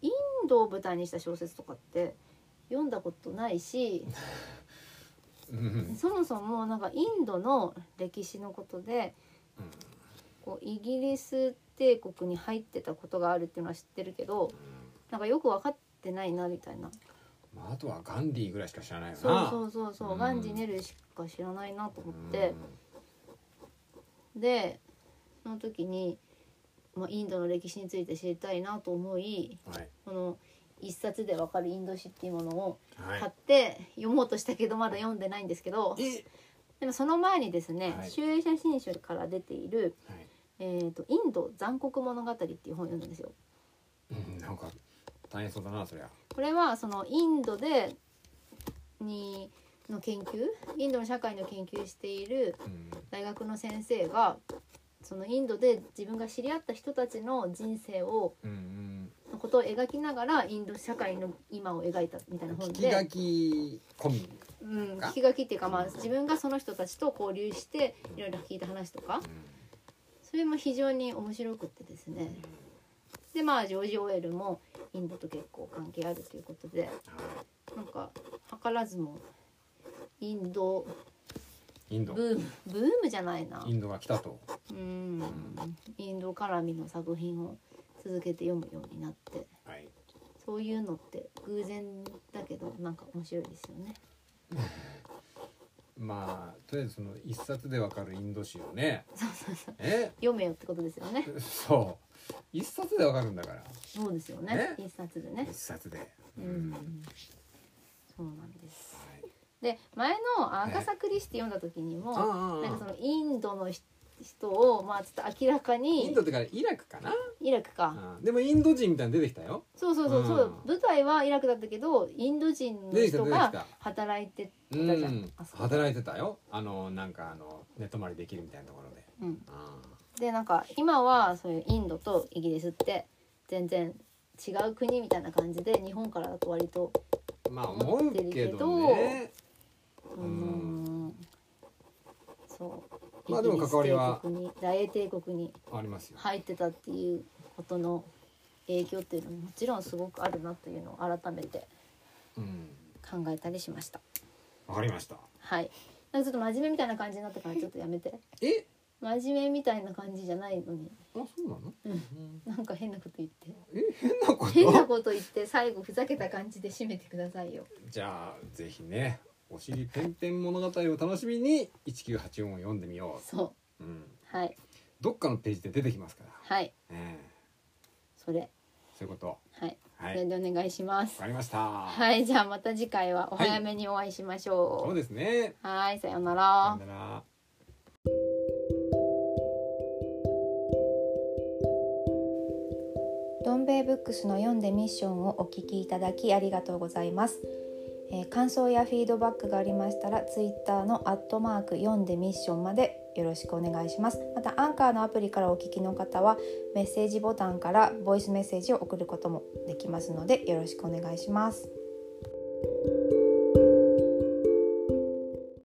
Speaker 1: インドを舞台にした小説とかって読んだことないし
Speaker 3: うんうん
Speaker 1: そもそもなんかインドの歴史のことでこうイギリス帝国に入ってたことがあるっていうのは知ってるけどなんかよく分かってないなみたいな
Speaker 3: まああとはガンディーぐらいしか知らないよな
Speaker 1: そうそうそうそううんガンジネルしか知らないなと思って
Speaker 3: で、
Speaker 1: でその時に、まあ、インドの歴史について知りたいなと思い
Speaker 3: はい
Speaker 1: この一冊でわかるインド史っていうものを
Speaker 3: は
Speaker 1: 買って読もうとしたけどまだ読んでないんですけど
Speaker 3: いえ
Speaker 1: でもその前にですね「
Speaker 3: はい
Speaker 1: 集英写真集」から出ている
Speaker 3: はい
Speaker 1: 「えー、とインド残酷物語」っていう本を読んだんですよ。
Speaker 3: うんなんか大変そうだなそりゃ
Speaker 1: これはそのインドでにの研究インドの社会の研究している
Speaker 3: うん
Speaker 1: 大学の先生がそのインドで自分が知り合った人たちの人生を
Speaker 3: うん
Speaker 1: のことを描きながらインド社会の今を描いたみたい
Speaker 3: うん
Speaker 1: な本
Speaker 3: 聞
Speaker 1: で
Speaker 3: き書き込み
Speaker 1: うん、
Speaker 3: か
Speaker 1: 聞き書きっていうか、まあ、自分がその人たちと交流していろいろ聞いた話とかそれも非常に面白くてですねでまあジョージ・オーエルもインドと結構関係あるということで
Speaker 3: は
Speaker 1: なんか図らずもインド
Speaker 3: いイン
Speaker 1: ブ
Speaker 3: ド
Speaker 1: ームブームじゃないな
Speaker 3: インドが来たと
Speaker 1: うんインド絡みの作品を続けて読むようになって
Speaker 3: はい
Speaker 1: そういうのって偶然だけどなんか面白いですよね。
Speaker 3: まあとりあえずその一冊でわかるインド史をねえ
Speaker 1: 読めよってことですよね。
Speaker 3: そう一冊でわかるんだから
Speaker 1: そうですよね。一冊でね
Speaker 3: 一。冊で
Speaker 1: う
Speaker 3: は
Speaker 1: ん。そうなんです。で前のアガサ・クリスティ読んだ時に
Speaker 3: いああ
Speaker 1: も
Speaker 3: あ
Speaker 1: なんかそ
Speaker 3: ああ
Speaker 1: のインドの人人をまあちょっと明らか
Speaker 3: イン
Speaker 1: に
Speaker 3: ドってかイラクかな
Speaker 1: イラクか。
Speaker 3: うんでもインド人みたいなの出てきたよ
Speaker 1: そうそうそうそう
Speaker 3: うん
Speaker 1: 舞台はイラクだったけどインド人の
Speaker 3: 出てきた
Speaker 1: 人
Speaker 3: 出てき
Speaker 1: が
Speaker 3: た
Speaker 1: 働いて
Speaker 3: う
Speaker 1: たじゃん
Speaker 3: ん
Speaker 1: あそこ
Speaker 3: 働いてたよあのなんかあの寝泊まりできるみたいなところで
Speaker 1: うん
Speaker 3: ああ
Speaker 1: でなんか今はそういうインドとイギリスって全然違う国みたいな感じで日本からだと割と
Speaker 3: まあ思うけどね
Speaker 1: うーんそう
Speaker 3: まあでも関わりは
Speaker 1: イギリス帝国に大英帝国に
Speaker 3: ありますよ
Speaker 1: 入ってたっていうことの影響っていうのももちろんすごくあるなっていうのを改めて
Speaker 3: うん
Speaker 1: 考えたりしました
Speaker 3: わかりました
Speaker 1: はいなんかちょっと真面目みたいな感じになったからちょっとやめて
Speaker 3: え
Speaker 1: 真面目みたいな感じじゃないのに
Speaker 3: あそうな
Speaker 1: な
Speaker 3: の
Speaker 1: んか変なこと言って
Speaker 3: え変なこ
Speaker 1: 変な
Speaker 3: と
Speaker 1: こと言って最後ふざけた感じで締めてくださいよ
Speaker 3: じゃあぜひねお尻ペンペン物語を楽しみに1984を読んでみよ、
Speaker 1: そう
Speaker 3: うん、
Speaker 1: うはい
Speaker 3: どっかのページで出てきますから、
Speaker 1: はい
Speaker 3: ええ
Speaker 1: それ
Speaker 3: そういうこと
Speaker 1: はいそ
Speaker 3: はい
Speaker 1: れ
Speaker 3: わ
Speaker 1: でお願いします
Speaker 3: かりましたは
Speaker 1: はい、じゃあまた次回はお早めにお会いしまし
Speaker 3: そ
Speaker 1: ょ
Speaker 3: うですね
Speaker 1: う。はい、さような
Speaker 3: さ
Speaker 1: ら
Speaker 3: よ。なら
Speaker 4: どん兵衛ブックスの読んでミッションをお聞きいただきありがとうございます、えー感想やフィードバックがありましたらツイッターのアットマーク読んでミッションまでよろしくお願いしますまたアンカーのアプリからお聞きの方はメッセージボタンからボイスメッセージを送ることもできますのでよろしくお願いします